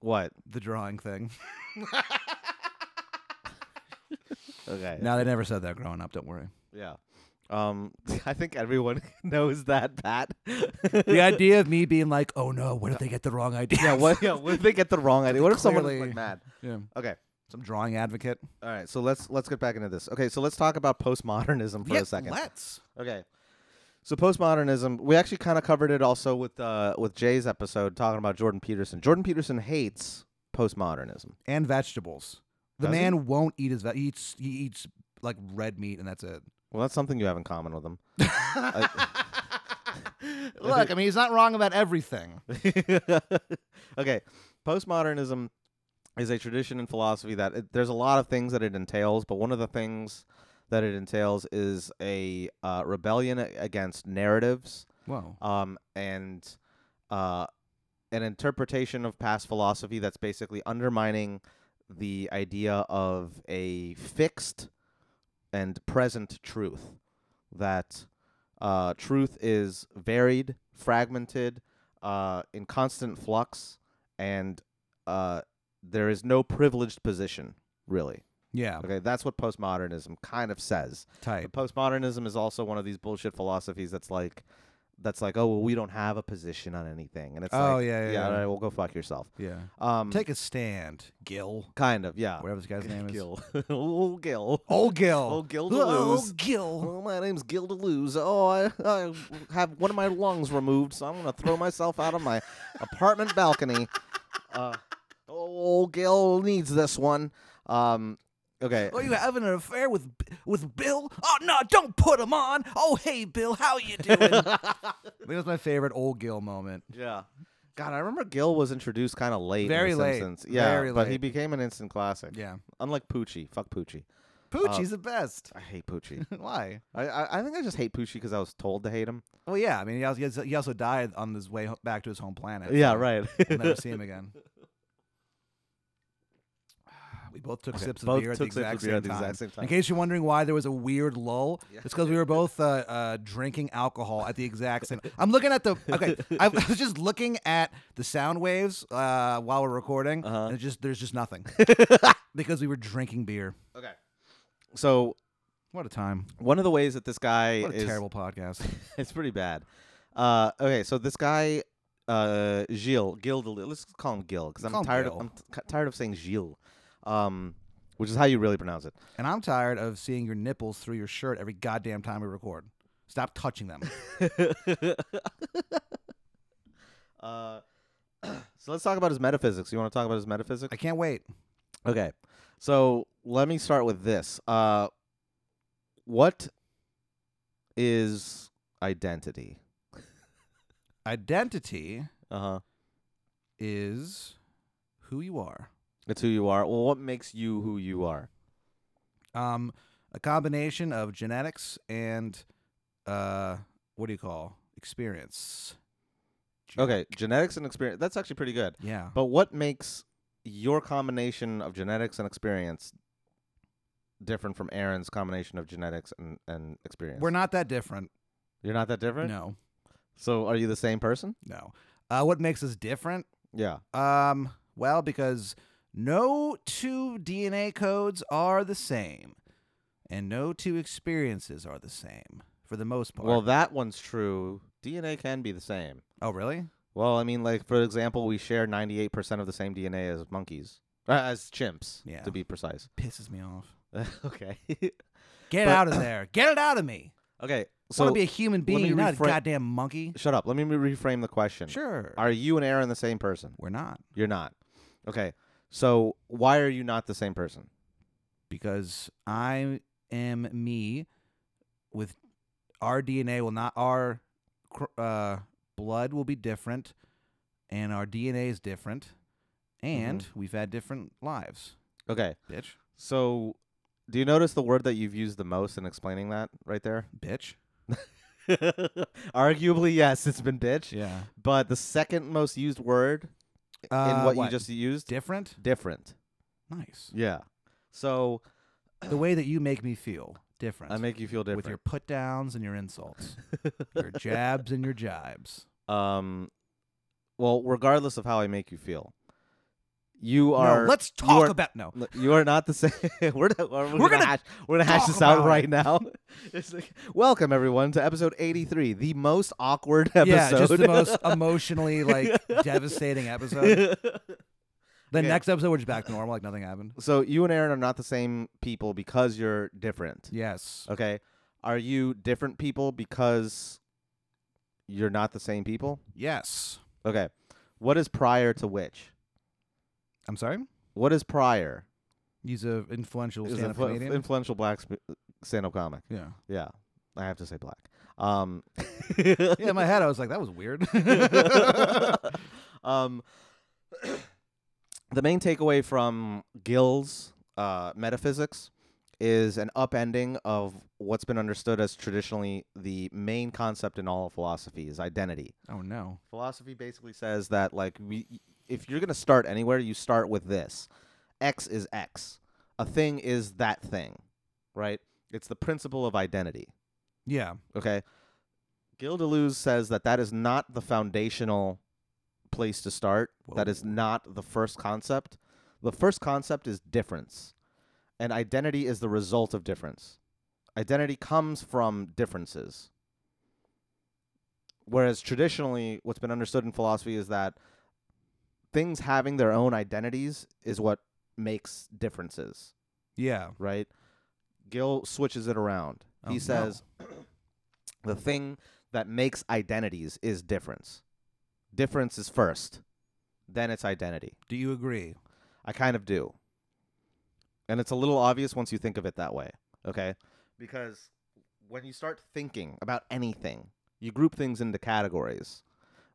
[SPEAKER 2] what?
[SPEAKER 3] The drawing thing.
[SPEAKER 2] Okay.
[SPEAKER 3] Now they never said that growing up. Don't worry.
[SPEAKER 2] yeah. Um, I think everyone knows that Pat.
[SPEAKER 3] The idea of me being like, "Oh no, what if they get the wrong idea?"
[SPEAKER 2] yeah. What? Yeah. What if they get the wrong idea? What if someone is
[SPEAKER 3] Clearly.
[SPEAKER 2] like mad?
[SPEAKER 3] Yeah.
[SPEAKER 2] Okay.
[SPEAKER 3] Some drawing advocate.
[SPEAKER 2] All right, so let's let's get back into this. Okay, so let's talk about postmodernism for
[SPEAKER 3] Yeah,
[SPEAKER 2] a second.
[SPEAKER 3] Let's.
[SPEAKER 2] okay, so postmodernism. We actually kind of covered it also with uh, with Jay's episode talking about Jordan Peterson. Jordan Peterson hates postmodernism.
[SPEAKER 3] And vegetables. The
[SPEAKER 2] Does he?
[SPEAKER 3] man won't eat his. Ve- he eats. He eats like red meat, and that's it.
[SPEAKER 2] Well, that's something you have in common with him.
[SPEAKER 3] Look, I mean, he's not wrong about everything.
[SPEAKER 2] okay, postmodernism is a tradition in philosophy that it, there's a lot of things that it entails, but one of the things that it entails is a uh, rebellion a- against narratives
[SPEAKER 3] Whoa.
[SPEAKER 2] um, and uh, an interpretation of past philosophy that's basically undermining the idea of a fixed and present truth that Uh, truth is varied, fragmented, uh, in constant flux, and uh, there is no privileged position, really.
[SPEAKER 3] Yeah.
[SPEAKER 2] Okay, that's what postmodernism kind of says. But
[SPEAKER 3] Type.
[SPEAKER 2] postmodernism is also one of these bullshit philosophies that's like, that's like, oh well, we don't have a position on anything, and it's
[SPEAKER 3] Oh,
[SPEAKER 2] like,
[SPEAKER 3] yeah, yeah, yeah.
[SPEAKER 2] all right, well, go fuck yourself.
[SPEAKER 3] Yeah.
[SPEAKER 2] Um,
[SPEAKER 3] Take a stand, Gil.
[SPEAKER 2] kind of, yeah.
[SPEAKER 3] Whatever this guy's name is.
[SPEAKER 2] Gil, old Gil,
[SPEAKER 3] Old Gil.
[SPEAKER 2] old Gil
[SPEAKER 3] Oh,
[SPEAKER 2] Deleuze.
[SPEAKER 3] Gil.
[SPEAKER 2] Well, my name's Gil Deleuze. Oh, I, I have one of my lungs removed, so I'm gonna throw myself out of my apartment balcony. Uh, oh, Gil needs this one. Um, okay.
[SPEAKER 3] Are you having an affair with with Bill? Oh no, don't put him on. Oh hey, Bill, how you doing? that was my favorite old Gil moment.
[SPEAKER 2] Yeah. God, I remember Gil was introduced kind of late.
[SPEAKER 3] Very
[SPEAKER 2] in the
[SPEAKER 3] late.
[SPEAKER 2] Simpsons. Yeah,
[SPEAKER 3] Very
[SPEAKER 2] but he
[SPEAKER 3] late.
[SPEAKER 2] became an instant classic.
[SPEAKER 3] Yeah,
[SPEAKER 2] Unlike Poochie. Fuck Poochie. Uh,
[SPEAKER 3] Poochie's the best.
[SPEAKER 2] I hate Poochie.
[SPEAKER 3] Why?
[SPEAKER 2] I, I I think I just hate Poochie because I was told to hate him.
[SPEAKER 3] Well, yeah. I mean, he also, he also died on his way ho- back to his home planet.
[SPEAKER 2] yeah,
[SPEAKER 3] so
[SPEAKER 2] right.
[SPEAKER 3] We'll never see him again. We both took sips of
[SPEAKER 2] both
[SPEAKER 3] beer at the
[SPEAKER 2] took sips of
[SPEAKER 3] exact
[SPEAKER 2] beer
[SPEAKER 3] same
[SPEAKER 2] at the
[SPEAKER 3] time.
[SPEAKER 2] exact same time.
[SPEAKER 3] In case you're wondering why there was a weird lull,
[SPEAKER 2] Yeah.
[SPEAKER 3] it's because we were both uh, uh, drinking alcohol at the exact same. I'm looking at the okay. I was just looking at the sound waves uh, while we're recording,
[SPEAKER 2] Uh-huh.
[SPEAKER 3] and it just there's just nothing because we were drinking beer.
[SPEAKER 2] okay. So
[SPEAKER 3] What a time!
[SPEAKER 2] one of the ways that this guy
[SPEAKER 3] What a
[SPEAKER 2] is
[SPEAKER 3] terrible podcast.
[SPEAKER 2] it's pretty bad. Uh, okay, so this guy, uh, Gilles, Gil, Deleu- let's just call him Gil because
[SPEAKER 3] Call
[SPEAKER 2] I'm
[SPEAKER 3] him
[SPEAKER 2] tired. Of,
[SPEAKER 3] Gil.
[SPEAKER 2] I'm t- tired of saying Gilles, um, which is how you really pronounce it.
[SPEAKER 3] and I'm tired of seeing your nipples through your shirt every goddamn time we record. Stop touching them.
[SPEAKER 2] Uh, so let's talk about his metaphysics. You want to talk about his metaphysics?
[SPEAKER 3] I can't wait.
[SPEAKER 2] Okay. So let me start with this. Uh, what is identity?
[SPEAKER 3] Identity
[SPEAKER 2] Uh huh.
[SPEAKER 3] is who you are.
[SPEAKER 2] It's who you are. Well, what makes you who you are?
[SPEAKER 3] Um, a combination of genetics and uh, what do you call experience? Gen-
[SPEAKER 2] Okay, genetics and experience. That's actually pretty good.
[SPEAKER 3] Yeah.
[SPEAKER 2] But what makes your combination of genetics and experience different from Aaron's combination of genetics and, and experience?
[SPEAKER 3] We're not that different.
[SPEAKER 2] You're not that different?
[SPEAKER 3] No,
[SPEAKER 2] So are you the same person?
[SPEAKER 3] no. Uh, what makes us different?
[SPEAKER 2] Yeah.
[SPEAKER 3] Um, well, because no two DNA codes are the same, and no two experiences are the same for the most part.
[SPEAKER 2] Well, that one's true. DNA can be the same.
[SPEAKER 3] oh, really?
[SPEAKER 2] Well, I mean, like for example, we share 98% of the same DNA as monkeys, uh, as chimps,
[SPEAKER 3] Yeah.
[SPEAKER 2] to be precise.
[SPEAKER 3] Pisses me off.
[SPEAKER 2] okay.
[SPEAKER 3] Get
[SPEAKER 2] But-
[SPEAKER 3] out of there. Get it out of me.
[SPEAKER 2] okay.
[SPEAKER 3] So,
[SPEAKER 2] So
[SPEAKER 3] Want to be a human
[SPEAKER 2] let me
[SPEAKER 3] being, not a
[SPEAKER 2] refra-
[SPEAKER 3] goddamn monkey.
[SPEAKER 2] shut up. Let me re- reframe the question.
[SPEAKER 3] Sure.
[SPEAKER 2] Are you and Aaron the same person?
[SPEAKER 3] We're not
[SPEAKER 2] You're not. Okay. So why are you not the same person?
[SPEAKER 3] because I am me. With our DNA will not our cr- uh, blood will be different, and our DNA is different, and
[SPEAKER 2] Mm-hmm.
[SPEAKER 3] we've had different lives.
[SPEAKER 2] Okay.
[SPEAKER 3] Bitch,
[SPEAKER 2] So do you notice the word that you've used the most in explaining that right there?
[SPEAKER 3] bitch.
[SPEAKER 2] Arguably, yes, it's been bitch.
[SPEAKER 3] Yeah.
[SPEAKER 2] But the second most used word in
[SPEAKER 3] Uh,
[SPEAKER 2] what, you just used?
[SPEAKER 3] different?
[SPEAKER 2] different.
[SPEAKER 3] Nice.
[SPEAKER 2] Yeah. So
[SPEAKER 3] The way that you make me feel different.
[SPEAKER 2] I make you feel different.
[SPEAKER 3] with your put downs and your insults, your jabs and your jibes.
[SPEAKER 2] um well regardless of how i make you feel you
[SPEAKER 3] No,
[SPEAKER 2] are
[SPEAKER 3] let's
[SPEAKER 2] you
[SPEAKER 3] talk
[SPEAKER 2] are-
[SPEAKER 3] about no.
[SPEAKER 2] L- you are not the same we're, not, we're,
[SPEAKER 3] We're
[SPEAKER 2] gonna
[SPEAKER 3] gonna
[SPEAKER 2] hash, we're gonna hash
[SPEAKER 3] talk
[SPEAKER 2] this out
[SPEAKER 3] about
[SPEAKER 2] right
[SPEAKER 3] it.
[SPEAKER 2] now it's like, welcome everyone to episode 83 the most awkward episode
[SPEAKER 3] Yeah, just the most emotionally like devastating episode. The
[SPEAKER 2] Okay.
[SPEAKER 3] next episode we're just back to normal, like nothing happened.
[SPEAKER 2] so you and aaron are not the same people because you're different
[SPEAKER 3] Yes.
[SPEAKER 2] okay are you different people because you're not the same people
[SPEAKER 3] Yes.
[SPEAKER 2] okay what is prior to which
[SPEAKER 3] I'm sorry.
[SPEAKER 2] what is prior
[SPEAKER 3] He's a influential
[SPEAKER 2] He was
[SPEAKER 3] stand-up
[SPEAKER 2] influ-
[SPEAKER 3] comedian.
[SPEAKER 2] influential black sp- stand-up comic.
[SPEAKER 3] yeah.
[SPEAKER 2] Yeah, I have to say black. Um,
[SPEAKER 3] Yeah. In my head, I was like, that was weird.
[SPEAKER 2] um, the main takeaway from Gill's uh, metaphysics is an upending of what's been understood as traditionally the main concept in all of philosophy is identity.
[SPEAKER 3] oh no.
[SPEAKER 2] Philosophy basically says that like we, if you're gonna start anywhere, you start with this. X is X. A thing is that thing, right? It's the principle of identity.
[SPEAKER 3] Yeah.
[SPEAKER 2] Okay, Gil Deleuze says that that is not the foundational place to start. That is
[SPEAKER 3] Whoa.
[SPEAKER 2] not the first concept. The first concept is difference, and identity is the result of difference. Identity comes from differences. Whereas traditionally, what's been understood in philosophy is that things having their own identities is what makes differences
[SPEAKER 3] Yeah.
[SPEAKER 2] right? Gil switches it around.
[SPEAKER 3] Oh,
[SPEAKER 2] he
[SPEAKER 3] no.
[SPEAKER 2] says the thing that makes identities is difference. Difference is first, then it's identity.
[SPEAKER 3] Do you agree?
[SPEAKER 2] I kind of do. And it's a little obvious once you think of it that way, okay? Because when you start thinking about anything, you group things into categories.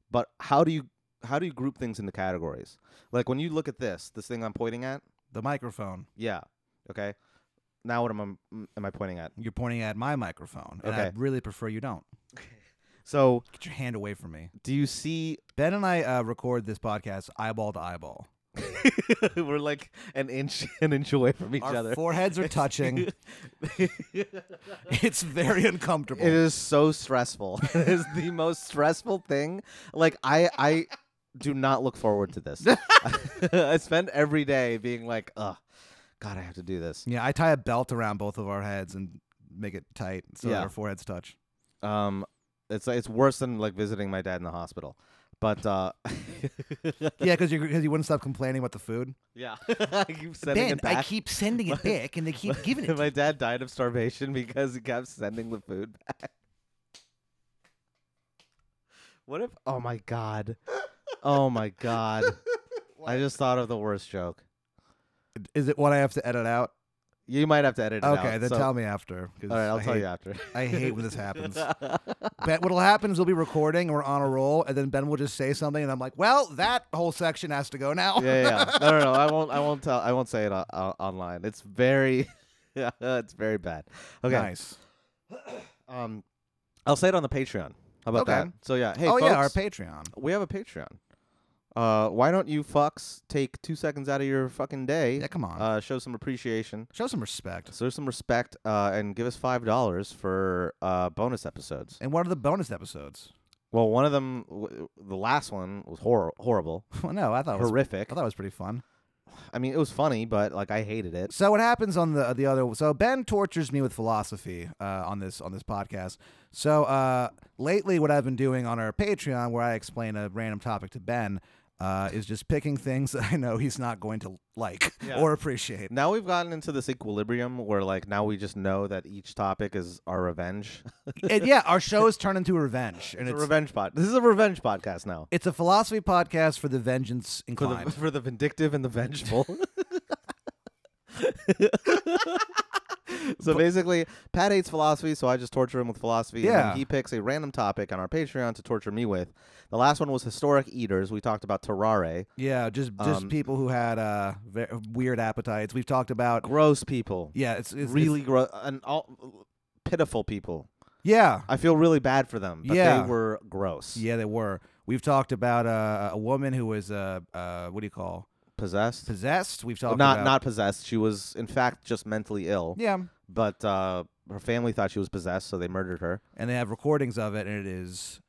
[SPEAKER 2] But how do you how do you group things into categories? Like when you look at this, this thing I'm pointing at,
[SPEAKER 3] The microphone.
[SPEAKER 2] yeah. Okay. Now what am I am I pointing at?
[SPEAKER 3] You're pointing at my microphone, and I
[SPEAKER 2] Okay.
[SPEAKER 3] really prefer you don't.
[SPEAKER 2] So,
[SPEAKER 3] Get your hand away from me.
[SPEAKER 2] do you see
[SPEAKER 3] Ben and I uh, record this podcast eyeball to eyeball.
[SPEAKER 2] we're like an inch an inch away from each
[SPEAKER 3] Our
[SPEAKER 2] other.
[SPEAKER 3] foreheads are touching. it's very uncomfortable.
[SPEAKER 2] It is so stressful. it is the most stressful thing. Like I I do not look forward to this. I spend every day being like, "Ugh, God, I have to do this."
[SPEAKER 3] Yeah, I tie a belt around both of our heads and make it tight so that
[SPEAKER 2] Yeah.
[SPEAKER 3] our foreheads touch.
[SPEAKER 2] Um it's it's worse than like visiting my dad in the hospital. But uh
[SPEAKER 3] Yeah, because you because you wouldn't stop complaining about the food.
[SPEAKER 2] yeah, I keep sending it back.
[SPEAKER 3] keep sending it back, and they keep
[SPEAKER 2] my dad died of starvation because he kept sending the food back. What if? Oh my god! Oh my god! I just thought of the worst joke.
[SPEAKER 3] Is it one I have to edit out?
[SPEAKER 2] You might have to edit it out.
[SPEAKER 3] okay, then
[SPEAKER 2] so-
[SPEAKER 3] tell me after. 'cause
[SPEAKER 2] All right, I'll
[SPEAKER 3] I
[SPEAKER 2] tell
[SPEAKER 3] hate,
[SPEAKER 2] you after.
[SPEAKER 3] I hate when this happens. ben, what'll happen is we'll be recording and we're on a roll, and then Ben will just say something, and I'm like, "Well, that whole section has to go now."
[SPEAKER 2] yeah, yeah. No, no, no. I won't. I won't tell. I won't say it o- o- online. It's very, it's very bad. Okay.
[SPEAKER 3] Nice.
[SPEAKER 2] Um, I'll say it on the Patreon. How about
[SPEAKER 3] Okay.
[SPEAKER 2] that? So yeah. Hey,
[SPEAKER 3] oh
[SPEAKER 2] folks,
[SPEAKER 3] yeah, our Patreon.
[SPEAKER 2] we have a Patreon. Uh, why don't you fucks take two seconds out of your fucking day?
[SPEAKER 3] Yeah, come on.
[SPEAKER 2] Uh, show some appreciation.
[SPEAKER 3] Show some respect.
[SPEAKER 2] So there's some respect, uh, and give us five dollars for uh, bonus episodes.
[SPEAKER 3] And what are the bonus episodes?
[SPEAKER 2] Well, one of them, w- the last one was hor- horrible,
[SPEAKER 3] Well, no, I thought it was,
[SPEAKER 2] horrific.
[SPEAKER 3] I thought it was pretty fun.
[SPEAKER 2] I mean, it was funny, but like I hated it.
[SPEAKER 3] So what happens on the the other? So Ben tortures me with philosophy uh, on this on this podcast. So uh, lately, what I've been doing on our Patreon, where I explain a random topic to Ben, uh, is just picking things that I know he's not going to like
[SPEAKER 2] Yeah.
[SPEAKER 3] or appreciate.
[SPEAKER 2] Now we've gotten into this equilibrium where like now we just know that each topic is our revenge.
[SPEAKER 3] and yeah, our show is turned into a revenge, and
[SPEAKER 2] it's a
[SPEAKER 3] it's
[SPEAKER 2] revenge pod. This is a revenge podcast now.
[SPEAKER 3] it's a philosophy podcast for the vengeance
[SPEAKER 2] For the,
[SPEAKER 3] inclined.
[SPEAKER 2] for the vindictive and the vengeful. so basically, Pat hates philosophy, so I just torture him with philosophy. And
[SPEAKER 3] Yeah.
[SPEAKER 2] then he picks a random topic on our Patreon to torture me with. The last one was historic eaters. We talked about terrare.
[SPEAKER 3] yeah, just just
[SPEAKER 2] Um,
[SPEAKER 3] people who had uh, ve- weird appetites. We've talked about.
[SPEAKER 2] Gross people.
[SPEAKER 3] Yeah, it's, it's it's-
[SPEAKER 2] really gross. And all pitiful people.
[SPEAKER 3] yeah.
[SPEAKER 2] I feel really bad for them, but
[SPEAKER 3] Yeah.
[SPEAKER 2] they were gross.
[SPEAKER 3] Yeah, they were. We've talked about uh, a woman who was uh, uh, what do you call
[SPEAKER 2] Possessed.
[SPEAKER 3] possessed? We've
[SPEAKER 2] Well,
[SPEAKER 3] talked
[SPEAKER 2] not
[SPEAKER 3] about
[SPEAKER 2] not possessed. She was in fact just mentally ill,
[SPEAKER 3] yeah,
[SPEAKER 2] but uh, her family thought she was possessed, so they murdered her.
[SPEAKER 3] and they have recordings of it, and it is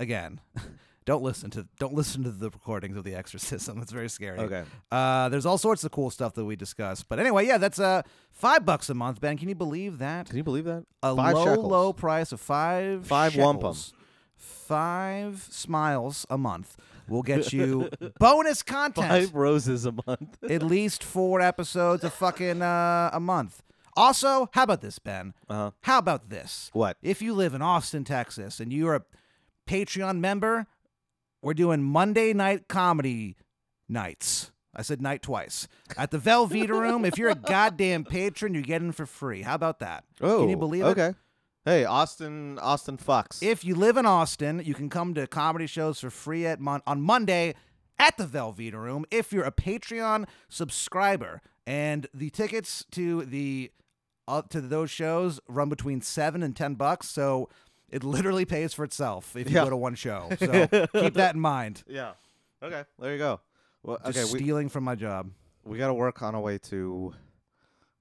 [SPEAKER 3] again. Don't listen to don't listen to the recordings of the exorcism. It's very scary.
[SPEAKER 2] Okay.
[SPEAKER 3] Uh, there's all sorts of cool stuff that we discuss. But anyway, yeah, that's uh five bucks a month, Ben. Can you believe that?
[SPEAKER 2] Can you believe that?
[SPEAKER 3] A
[SPEAKER 2] Five
[SPEAKER 3] low,
[SPEAKER 2] shekels.
[SPEAKER 3] low price of five
[SPEAKER 2] Five wampum.
[SPEAKER 3] shekels, Five smiles a month will get you bonus content.
[SPEAKER 2] Five roses a month.
[SPEAKER 3] at least four episodes a fucking uh, a month. Also, how about this, Ben?
[SPEAKER 2] Uh-huh.
[SPEAKER 3] How about this?
[SPEAKER 2] What?
[SPEAKER 3] If you live in Austin, Texas, and you're a Patreon member, we're doing Monday night comedy nights. I said night twice at the Velveeta Room. If you're a goddamn patron, you get in for free. How about that?
[SPEAKER 2] Oh,
[SPEAKER 3] Can you believe it?
[SPEAKER 2] okay. Hey, Austin, Austin Fox.
[SPEAKER 3] If you live in Austin, you can come to comedy shows for free at mon- on Monday at the Velveeta Room if you're a Patreon subscriber. And the tickets to the up to those shows run between seven and ten bucks, so it literally pays for itself if you
[SPEAKER 2] Yeah.
[SPEAKER 3] go to one show. So keep that in mind.
[SPEAKER 2] yeah. Okay. There you go. Well,
[SPEAKER 3] Just
[SPEAKER 2] okay. We
[SPEAKER 3] stealing from my job.
[SPEAKER 2] we got to work on a way to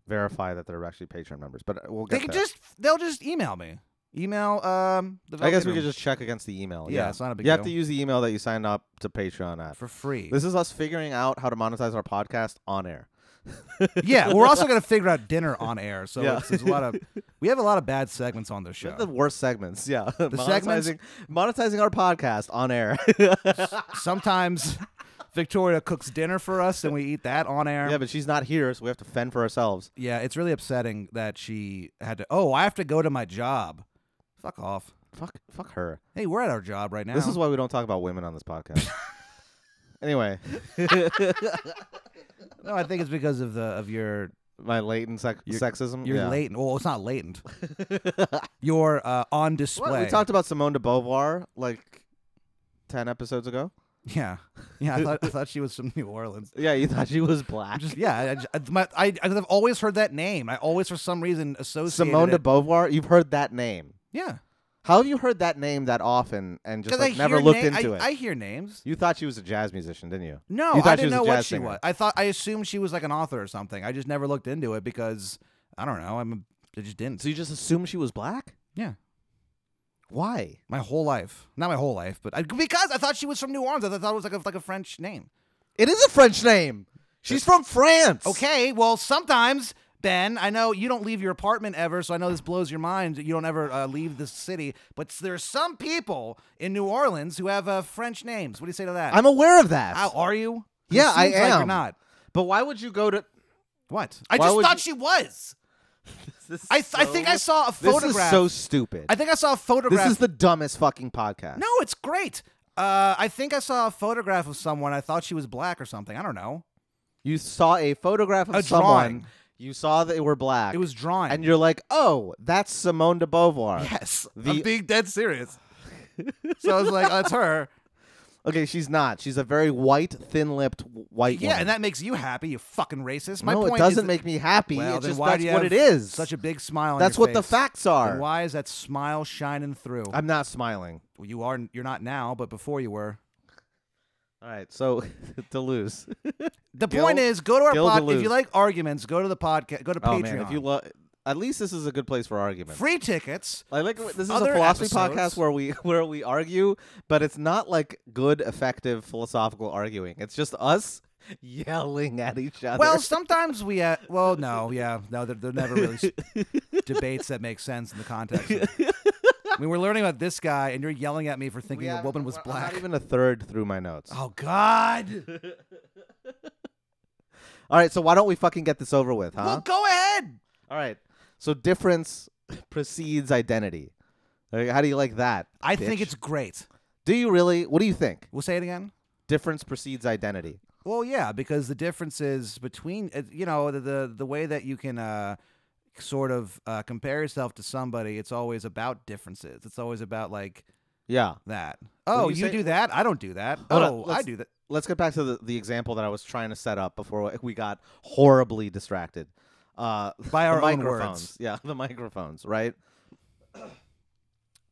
[SPEAKER 2] verify that they're actually Patreon members, but uh, we'll get
[SPEAKER 3] they can
[SPEAKER 2] there.
[SPEAKER 3] just they'll just email me. Email. Um, the
[SPEAKER 2] I guess we could
[SPEAKER 3] Velvet Room.
[SPEAKER 2] just check against the email.
[SPEAKER 3] Yeah, it's not a big
[SPEAKER 2] You have
[SPEAKER 3] deal.
[SPEAKER 2] to use the email that you signed up to Patreon at.
[SPEAKER 3] for free.
[SPEAKER 2] This is us figuring out how to monetize our podcast on air.
[SPEAKER 3] yeah, we're also gonna figure out dinner on air. So
[SPEAKER 2] Yeah.
[SPEAKER 3] it's, there's a lot of we have a lot of bad segments on this show.
[SPEAKER 2] The worst segments, yeah. The monetizing,
[SPEAKER 3] segments-
[SPEAKER 2] monetizing our podcast on air.
[SPEAKER 3] Sometimes Victoria cooks dinner for us and we eat that on air.
[SPEAKER 2] yeah, but she's not here, so we have to fend for ourselves.
[SPEAKER 3] Yeah, it's really upsetting that she had to. Oh, I have to go to my job. Fuck off.
[SPEAKER 2] Fuck, fuck her.
[SPEAKER 3] Hey, we're at our job right now.
[SPEAKER 2] This is why we don't talk about women on this podcast. anyway,
[SPEAKER 3] no, I think it's because of the of your
[SPEAKER 2] my latent sec-
[SPEAKER 3] You're-
[SPEAKER 2] sexism.
[SPEAKER 3] your
[SPEAKER 2] yeah.
[SPEAKER 3] latent. Well, it's not latent. your uh, on display.
[SPEAKER 2] What, we talked about Simone de Beauvoir like ten episodes ago.
[SPEAKER 3] Yeah, yeah. I thought, I thought she was from New Orleans.
[SPEAKER 2] Yeah, you thought she was black.
[SPEAKER 3] Just yeah. I, I, just- my, I I've always heard that name. I always for some reason associated
[SPEAKER 2] Simone
[SPEAKER 3] it.
[SPEAKER 2] de Beauvoir. You've heard that name.
[SPEAKER 3] Yeah,
[SPEAKER 2] How have you heard that name that often and just
[SPEAKER 3] because
[SPEAKER 2] like
[SPEAKER 3] I
[SPEAKER 2] never
[SPEAKER 3] hear
[SPEAKER 2] looked
[SPEAKER 3] na-
[SPEAKER 2] into
[SPEAKER 3] I,
[SPEAKER 2] it?
[SPEAKER 3] I hear names.
[SPEAKER 2] you thought she was a jazz musician, didn't you?
[SPEAKER 3] No,
[SPEAKER 2] You
[SPEAKER 3] I
[SPEAKER 2] thought she was
[SPEAKER 3] didn't
[SPEAKER 2] a
[SPEAKER 3] know what
[SPEAKER 2] jazz
[SPEAKER 3] she
[SPEAKER 2] singer.
[SPEAKER 3] was. I thought I assumed she was like an author or something. I just never looked into it because I don't know. I'm a, I just didn't.
[SPEAKER 2] So you just assumed she was black?
[SPEAKER 3] Yeah.
[SPEAKER 2] Why?
[SPEAKER 3] My whole life, not my whole life, but I, because I thought she was from New Orleans, I thought it was like a, like a French name.
[SPEAKER 2] It is a French name. She's from France.
[SPEAKER 3] Okay, well sometimes Ben, I know you don't leave your apartment ever, so I know this blows your mind. that You don't ever uh, leave the city, but there's some people in New Orleans who have uh, French names. What do you say to that?
[SPEAKER 2] I'm aware of that.
[SPEAKER 3] How are you? It
[SPEAKER 2] Yeah, I
[SPEAKER 3] seems like you're
[SPEAKER 2] am.
[SPEAKER 3] not.
[SPEAKER 2] But why would you go to
[SPEAKER 3] What? I
[SPEAKER 2] Why
[SPEAKER 3] just
[SPEAKER 2] would
[SPEAKER 3] thought
[SPEAKER 2] you-
[SPEAKER 3] she was.
[SPEAKER 2] this is
[SPEAKER 3] I th- I think I
[SPEAKER 2] so-
[SPEAKER 3] saw a
[SPEAKER 2] This
[SPEAKER 3] photograph.
[SPEAKER 2] is so stupid.
[SPEAKER 3] I think I saw a photograph.
[SPEAKER 2] this is the dumbest fucking podcast.
[SPEAKER 3] No, it's great. Uh, I think I saw a photograph of someone. I thought she was black or something. I don't know.
[SPEAKER 2] You saw a photograph of
[SPEAKER 3] A
[SPEAKER 2] someone.
[SPEAKER 3] drawing.
[SPEAKER 2] You saw they were black.
[SPEAKER 3] It was drawing.
[SPEAKER 2] and you're like, oh, that's Simone de Beauvoir.
[SPEAKER 3] yes,
[SPEAKER 2] The-
[SPEAKER 3] I'm being dead serious. so I was like, "That's her."
[SPEAKER 2] Okay, she's not. She's a very white, thin-lipped w- white
[SPEAKER 3] Yeah,
[SPEAKER 2] woman.
[SPEAKER 3] and that makes you happy. You fucking racist. My
[SPEAKER 2] no,
[SPEAKER 3] point
[SPEAKER 2] it
[SPEAKER 3] is
[SPEAKER 2] doesn't
[SPEAKER 3] that-
[SPEAKER 2] make me happy.
[SPEAKER 3] Well,
[SPEAKER 2] it's
[SPEAKER 3] then
[SPEAKER 2] just
[SPEAKER 3] why
[SPEAKER 2] that's
[SPEAKER 3] do you
[SPEAKER 2] what
[SPEAKER 3] have
[SPEAKER 2] it is.
[SPEAKER 3] Such a big smile. on
[SPEAKER 2] that's
[SPEAKER 3] your
[SPEAKER 2] what the
[SPEAKER 3] face?
[SPEAKER 2] facts are.
[SPEAKER 3] Then why is that smile shining through?
[SPEAKER 2] I'm not smiling.
[SPEAKER 3] Well, you are. You're not now, but before you were.
[SPEAKER 2] All right, so Deleuze.
[SPEAKER 3] The
[SPEAKER 2] Gil-
[SPEAKER 3] point is, go to our
[SPEAKER 2] Gil
[SPEAKER 3] podcast. If
[SPEAKER 2] Deleuze.
[SPEAKER 3] you like arguments, go to the podcast. Go to
[SPEAKER 2] oh
[SPEAKER 3] Patreon.
[SPEAKER 2] man, if you love, at least this is a good place for argument.
[SPEAKER 3] Free tickets.
[SPEAKER 2] I like this is
[SPEAKER 3] Other
[SPEAKER 2] a philosophy
[SPEAKER 3] episodes-
[SPEAKER 2] podcast where we where we argue, but it's not like good, effective philosophical arguing. It's just us yelling at each other.
[SPEAKER 3] Well, sometimes we. Uh, well, no, yeah, no, they're, they're never really s- debates that make sense in the context. of it. I mean, we're learning about this guy, and you're yelling at me for
[SPEAKER 2] We
[SPEAKER 3] thinking a
[SPEAKER 2] haven't-
[SPEAKER 3] woman was
[SPEAKER 2] we're- I'm
[SPEAKER 3] black.
[SPEAKER 2] Not even a third through my notes.
[SPEAKER 3] Oh God!
[SPEAKER 2] All right, so why don't we fucking get this over with, huh?
[SPEAKER 3] Well, go ahead.
[SPEAKER 2] All right. So difference precedes identity. Like, How do you like that?
[SPEAKER 3] I
[SPEAKER 2] bitch?
[SPEAKER 3] think it's great.
[SPEAKER 2] Do you really? What do you think?
[SPEAKER 3] We'll say it again.
[SPEAKER 2] Difference precedes identity.
[SPEAKER 3] Well, yeah, because the differences between uh, you know the the, the way that you can uh, sort of uh, compare yourself to somebody, it's always about differences. It's always about like
[SPEAKER 2] Yeah.
[SPEAKER 3] that.
[SPEAKER 2] do
[SPEAKER 3] Oh,
[SPEAKER 2] you
[SPEAKER 3] you,
[SPEAKER 2] say-
[SPEAKER 3] do that? I don't do that.
[SPEAKER 2] Hold on,
[SPEAKER 3] oh, I
[SPEAKER 2] let's-
[SPEAKER 3] do that.
[SPEAKER 2] Let's get back to the, the example that I was trying to set up before we got horribly distracted. Uh,
[SPEAKER 3] By
[SPEAKER 2] the
[SPEAKER 3] our own
[SPEAKER 2] microphones.
[SPEAKER 3] words.
[SPEAKER 2] Yeah, the microphones, right?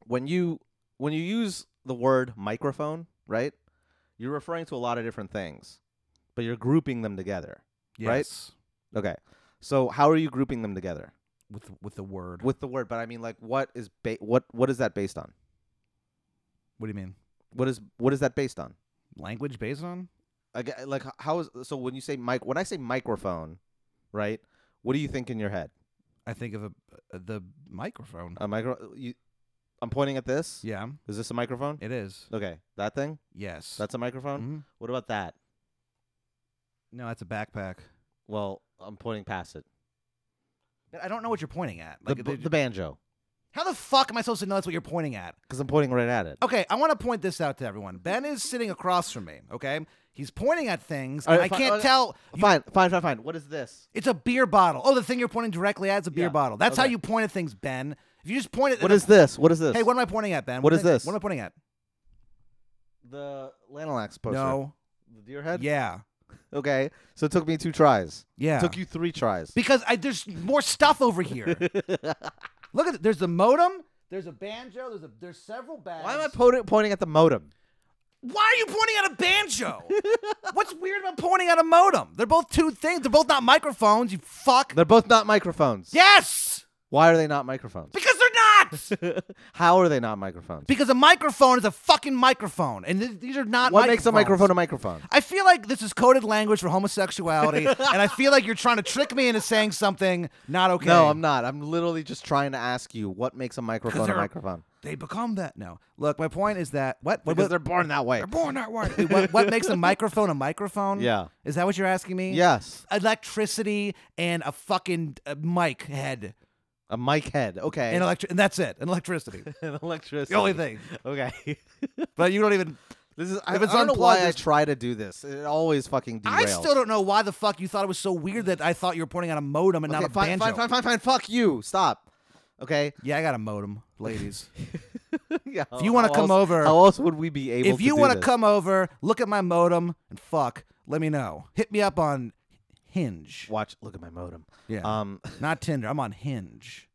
[SPEAKER 2] When you when you use the word microphone, right? You're referring to a lot of different things, but you're grouping them together. right?
[SPEAKER 3] Yes.
[SPEAKER 2] Okay. So how are you grouping them together?
[SPEAKER 3] With with the word.
[SPEAKER 2] with the word but i mean like what is ba- what what is that based on
[SPEAKER 3] What do you mean?
[SPEAKER 2] what is what is that based on
[SPEAKER 3] Language based on?
[SPEAKER 2] like, like h- how is so when you say mic when i say microphone right what do you think in your head
[SPEAKER 3] I think of a, uh, the microphone.
[SPEAKER 2] a micro you, i'm pointing at this
[SPEAKER 3] yeah,
[SPEAKER 2] is this a microphone
[SPEAKER 3] it is.
[SPEAKER 2] okay that thing
[SPEAKER 3] Yes.
[SPEAKER 2] that's a microphone
[SPEAKER 3] Mhm.
[SPEAKER 2] what about that
[SPEAKER 3] No, that's a backpack.
[SPEAKER 2] well i'm pointing past it
[SPEAKER 3] But I don't know what you're pointing at.
[SPEAKER 2] the,
[SPEAKER 3] Like,
[SPEAKER 2] b-
[SPEAKER 3] they-
[SPEAKER 2] the banjo
[SPEAKER 3] how the fuck am I supposed to know that's what you're pointing at?
[SPEAKER 2] because i'm pointing right at it
[SPEAKER 3] Okay, I want to point this out to everyone. Ben is sitting across from me. Okay, he's pointing at things.
[SPEAKER 2] All right,
[SPEAKER 3] I
[SPEAKER 2] fi-
[SPEAKER 3] can't
[SPEAKER 2] okay.
[SPEAKER 3] tell. You-
[SPEAKER 2] fine fine fine fine what is this
[SPEAKER 3] it's a beer bottle. Oh, the thing you're pointing directly at is a beer
[SPEAKER 2] Yeah,
[SPEAKER 3] bottle. That's how
[SPEAKER 2] okay.
[SPEAKER 3] you point at things, Ben. If you just point at
[SPEAKER 2] what is this what is this
[SPEAKER 3] hey, what am I pointing at, Ben?
[SPEAKER 2] What is
[SPEAKER 3] am I-
[SPEAKER 2] this?
[SPEAKER 3] What am I pointing at?
[SPEAKER 2] the lanolax poster
[SPEAKER 3] No.
[SPEAKER 2] the deer head
[SPEAKER 3] Yeah.
[SPEAKER 2] okay so it took me two tries
[SPEAKER 3] Yeah.
[SPEAKER 2] took you three tries
[SPEAKER 3] Because I, there's more stuff over here. Look at it. There's the modem. There's a banjo. There's a, there's several bags.
[SPEAKER 2] Why am I po- pointing at the modem?
[SPEAKER 3] Why are you pointing at a banjo? What's weird about pointing at a modem? They're both two things. They're both not microphones. You fuck.
[SPEAKER 2] They're both not microphones.
[SPEAKER 3] yes.
[SPEAKER 2] Why are they not microphones?
[SPEAKER 3] Because they're not!
[SPEAKER 2] How are they not microphones?
[SPEAKER 3] Because a microphone is a fucking microphone, and th- these are not.
[SPEAKER 2] what makes a
[SPEAKER 3] microphones.
[SPEAKER 2] microphone a microphone?
[SPEAKER 3] I feel like this is coded language for homosexuality, and I feel like you're trying to trick me into saying something not okay.
[SPEAKER 2] No, I'm not. I'm literally just trying to ask you what makes a microphone a
[SPEAKER 3] they're-
[SPEAKER 2] microphone.
[SPEAKER 3] They become that. No, look, my point is that what? what
[SPEAKER 2] Because they're born that way.
[SPEAKER 3] they're born that way. Wait, what, what makes a microphone a microphone?
[SPEAKER 2] Yeah.
[SPEAKER 3] is that what you're asking me?
[SPEAKER 2] Yes,
[SPEAKER 3] electricity and a fucking uh, mic head
[SPEAKER 2] a mic head. Okay,
[SPEAKER 3] and electric, and that's it. And electricity,
[SPEAKER 2] and electricity.
[SPEAKER 3] the only thing.
[SPEAKER 2] Okay,
[SPEAKER 3] But you don't even.
[SPEAKER 2] this is. I,
[SPEAKER 3] If it's
[SPEAKER 2] I don't know why
[SPEAKER 3] unplugged,
[SPEAKER 2] I
[SPEAKER 3] it's-
[SPEAKER 2] try to do this. It always fucking derails.
[SPEAKER 3] I still don't know why the fuck you thought it was so weird that I thought you were pointing out a modem and
[SPEAKER 2] Okay,
[SPEAKER 3] not a
[SPEAKER 2] fine,
[SPEAKER 3] banjo.
[SPEAKER 2] fine, fine, fine, fine. Fuck you. Stop. Okay.
[SPEAKER 3] Yeah, I got a modem, ladies.
[SPEAKER 2] Yeah,
[SPEAKER 3] If you wanna
[SPEAKER 2] how
[SPEAKER 3] come
[SPEAKER 2] else-
[SPEAKER 3] over-
[SPEAKER 2] how else would we be able?
[SPEAKER 3] if you
[SPEAKER 2] want
[SPEAKER 3] want to come over, look at my modem and fuck, let me know. Hit me up on Hinge.
[SPEAKER 2] watch, look at my modem.
[SPEAKER 3] Yeah.
[SPEAKER 2] Um.
[SPEAKER 3] Not Tinder. I'm on Hinge,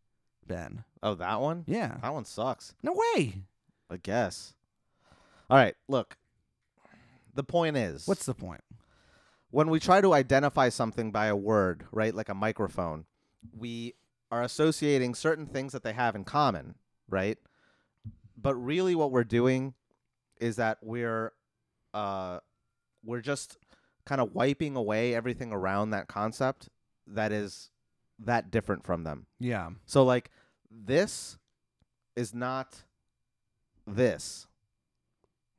[SPEAKER 3] Ben.
[SPEAKER 2] Oh, that one.
[SPEAKER 3] Yeah.
[SPEAKER 2] That one sucks.
[SPEAKER 3] No way.
[SPEAKER 2] I guess. All right. Look. The point is,
[SPEAKER 3] What's the point?
[SPEAKER 2] when we try to identify something by a word, right, like a microphone, we are associating certain things that they have in common, right? But really, what we're doing is that we're uh, we're just kind of wiping away everything around that concept that is that different from them.
[SPEAKER 3] Yeah.
[SPEAKER 2] So like this is not this.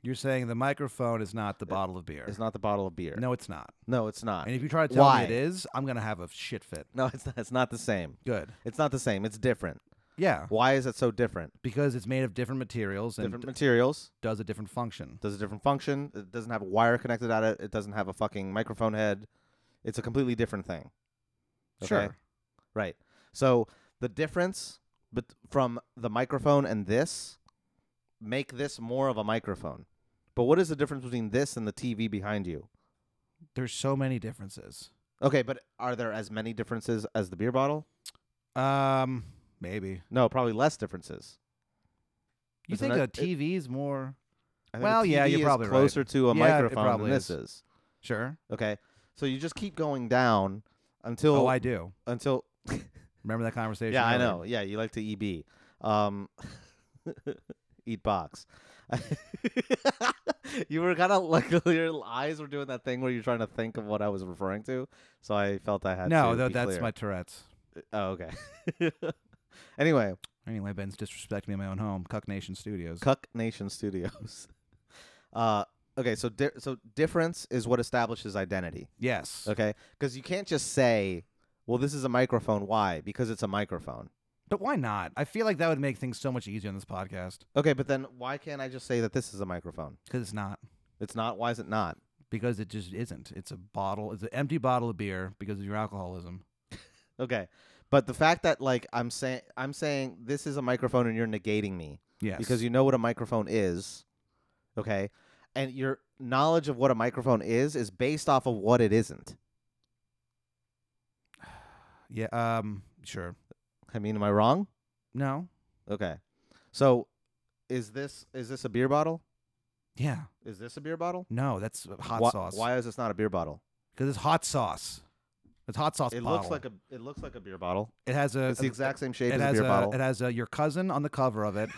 [SPEAKER 3] You're saying the microphone is not the bottle of beer.
[SPEAKER 2] It's not the bottle of beer.
[SPEAKER 3] No, it's not.
[SPEAKER 2] no, it's not.
[SPEAKER 3] And if you try to tell
[SPEAKER 2] Why?
[SPEAKER 3] me it is, I'm gonna have a shit fit.
[SPEAKER 2] No, it's not, it's not the same.
[SPEAKER 3] Good.
[SPEAKER 2] It's not the same. It's different.
[SPEAKER 3] Yeah.
[SPEAKER 2] Why is it so different?
[SPEAKER 3] Because it's made of different materials and
[SPEAKER 2] Different materials,
[SPEAKER 3] does a different function.
[SPEAKER 2] does a different function. It doesn't have a wire connected at it. It doesn't have a fucking microphone head. It's a completely different thing. Okay?
[SPEAKER 3] Sure.
[SPEAKER 2] Right. So the difference but from the microphone and this make this more of a microphone. But what is the difference between this and the TV behind you?
[SPEAKER 3] There's so many differences.
[SPEAKER 2] Okay, but are there as many differences as the beer bottle?
[SPEAKER 3] Um, maybe.
[SPEAKER 2] No, probably less differences.
[SPEAKER 3] You
[SPEAKER 2] Isn't
[SPEAKER 3] think a
[SPEAKER 2] that- it-
[SPEAKER 3] TV is more?
[SPEAKER 2] I think a
[SPEAKER 3] Well, yeah,
[SPEAKER 2] TV
[SPEAKER 3] you're
[SPEAKER 2] is
[SPEAKER 3] probably right.
[SPEAKER 2] closer to a
[SPEAKER 3] Yeah, it
[SPEAKER 2] microphone than
[SPEAKER 3] probably
[SPEAKER 2] this
[SPEAKER 3] is.
[SPEAKER 2] is.
[SPEAKER 3] Sure.
[SPEAKER 2] Okay. So you just keep going down until
[SPEAKER 3] Oh, I do.
[SPEAKER 2] until
[SPEAKER 3] Remember that conversation?
[SPEAKER 2] yeah, I
[SPEAKER 3] earlier?
[SPEAKER 2] know. Yeah, you like to EB. Um eat box. you were kind of like your eyes were doing that thing where you're trying to think of what I was referring to, so I felt I had
[SPEAKER 3] No,
[SPEAKER 2] to
[SPEAKER 3] tho-
[SPEAKER 2] be
[SPEAKER 3] that's
[SPEAKER 2] clear.
[SPEAKER 3] my Tourette's.
[SPEAKER 2] Oh, okay. anyway,
[SPEAKER 3] Anyway, Ben's disrespecting me in my own home, Cuck Nation Studios.
[SPEAKER 2] Cuck Nation Studios. Uh okay, so di- so difference is what establishes identity.
[SPEAKER 3] Yes,
[SPEAKER 2] Okay? Because you can't just say, well, this is a microphone. Why? Because it's a microphone.
[SPEAKER 3] but why not? I feel like that would make things so much easier on this podcast
[SPEAKER 2] Okay, but then why can't I just say that this is a microphone?
[SPEAKER 3] because it's not.
[SPEAKER 2] It's not. Why is it not?
[SPEAKER 3] Because it just isn't. It's a bottle. It's an empty bottle of beer because of your alcoholism.
[SPEAKER 2] Okay. But the fact that like I'm saying I'm saying this is a microphone and you're negating me
[SPEAKER 3] Yes,
[SPEAKER 2] because you know what a microphone is. Okay? And your knowledge of what a microphone is is based off of what it isn't.
[SPEAKER 3] yeah. Um, sure.
[SPEAKER 2] I mean, am I wrong?
[SPEAKER 3] No.
[SPEAKER 2] Okay. So is this is this a beer bottle?
[SPEAKER 3] Yeah.
[SPEAKER 2] Is this a beer bottle?
[SPEAKER 3] No. That's hot
[SPEAKER 2] Why-
[SPEAKER 3] sauce.
[SPEAKER 2] Why is this not a beer bottle?
[SPEAKER 3] Because it's hot sauce. It's hot sauce.
[SPEAKER 2] It
[SPEAKER 3] bottle.
[SPEAKER 2] looks like a it looks like a beer bottle.
[SPEAKER 3] It has a.
[SPEAKER 2] It's the exact same shape
[SPEAKER 3] It
[SPEAKER 2] as a
[SPEAKER 3] has
[SPEAKER 2] beer
[SPEAKER 3] a,
[SPEAKER 2] bottle.
[SPEAKER 3] It has a, your cousin on the cover of it,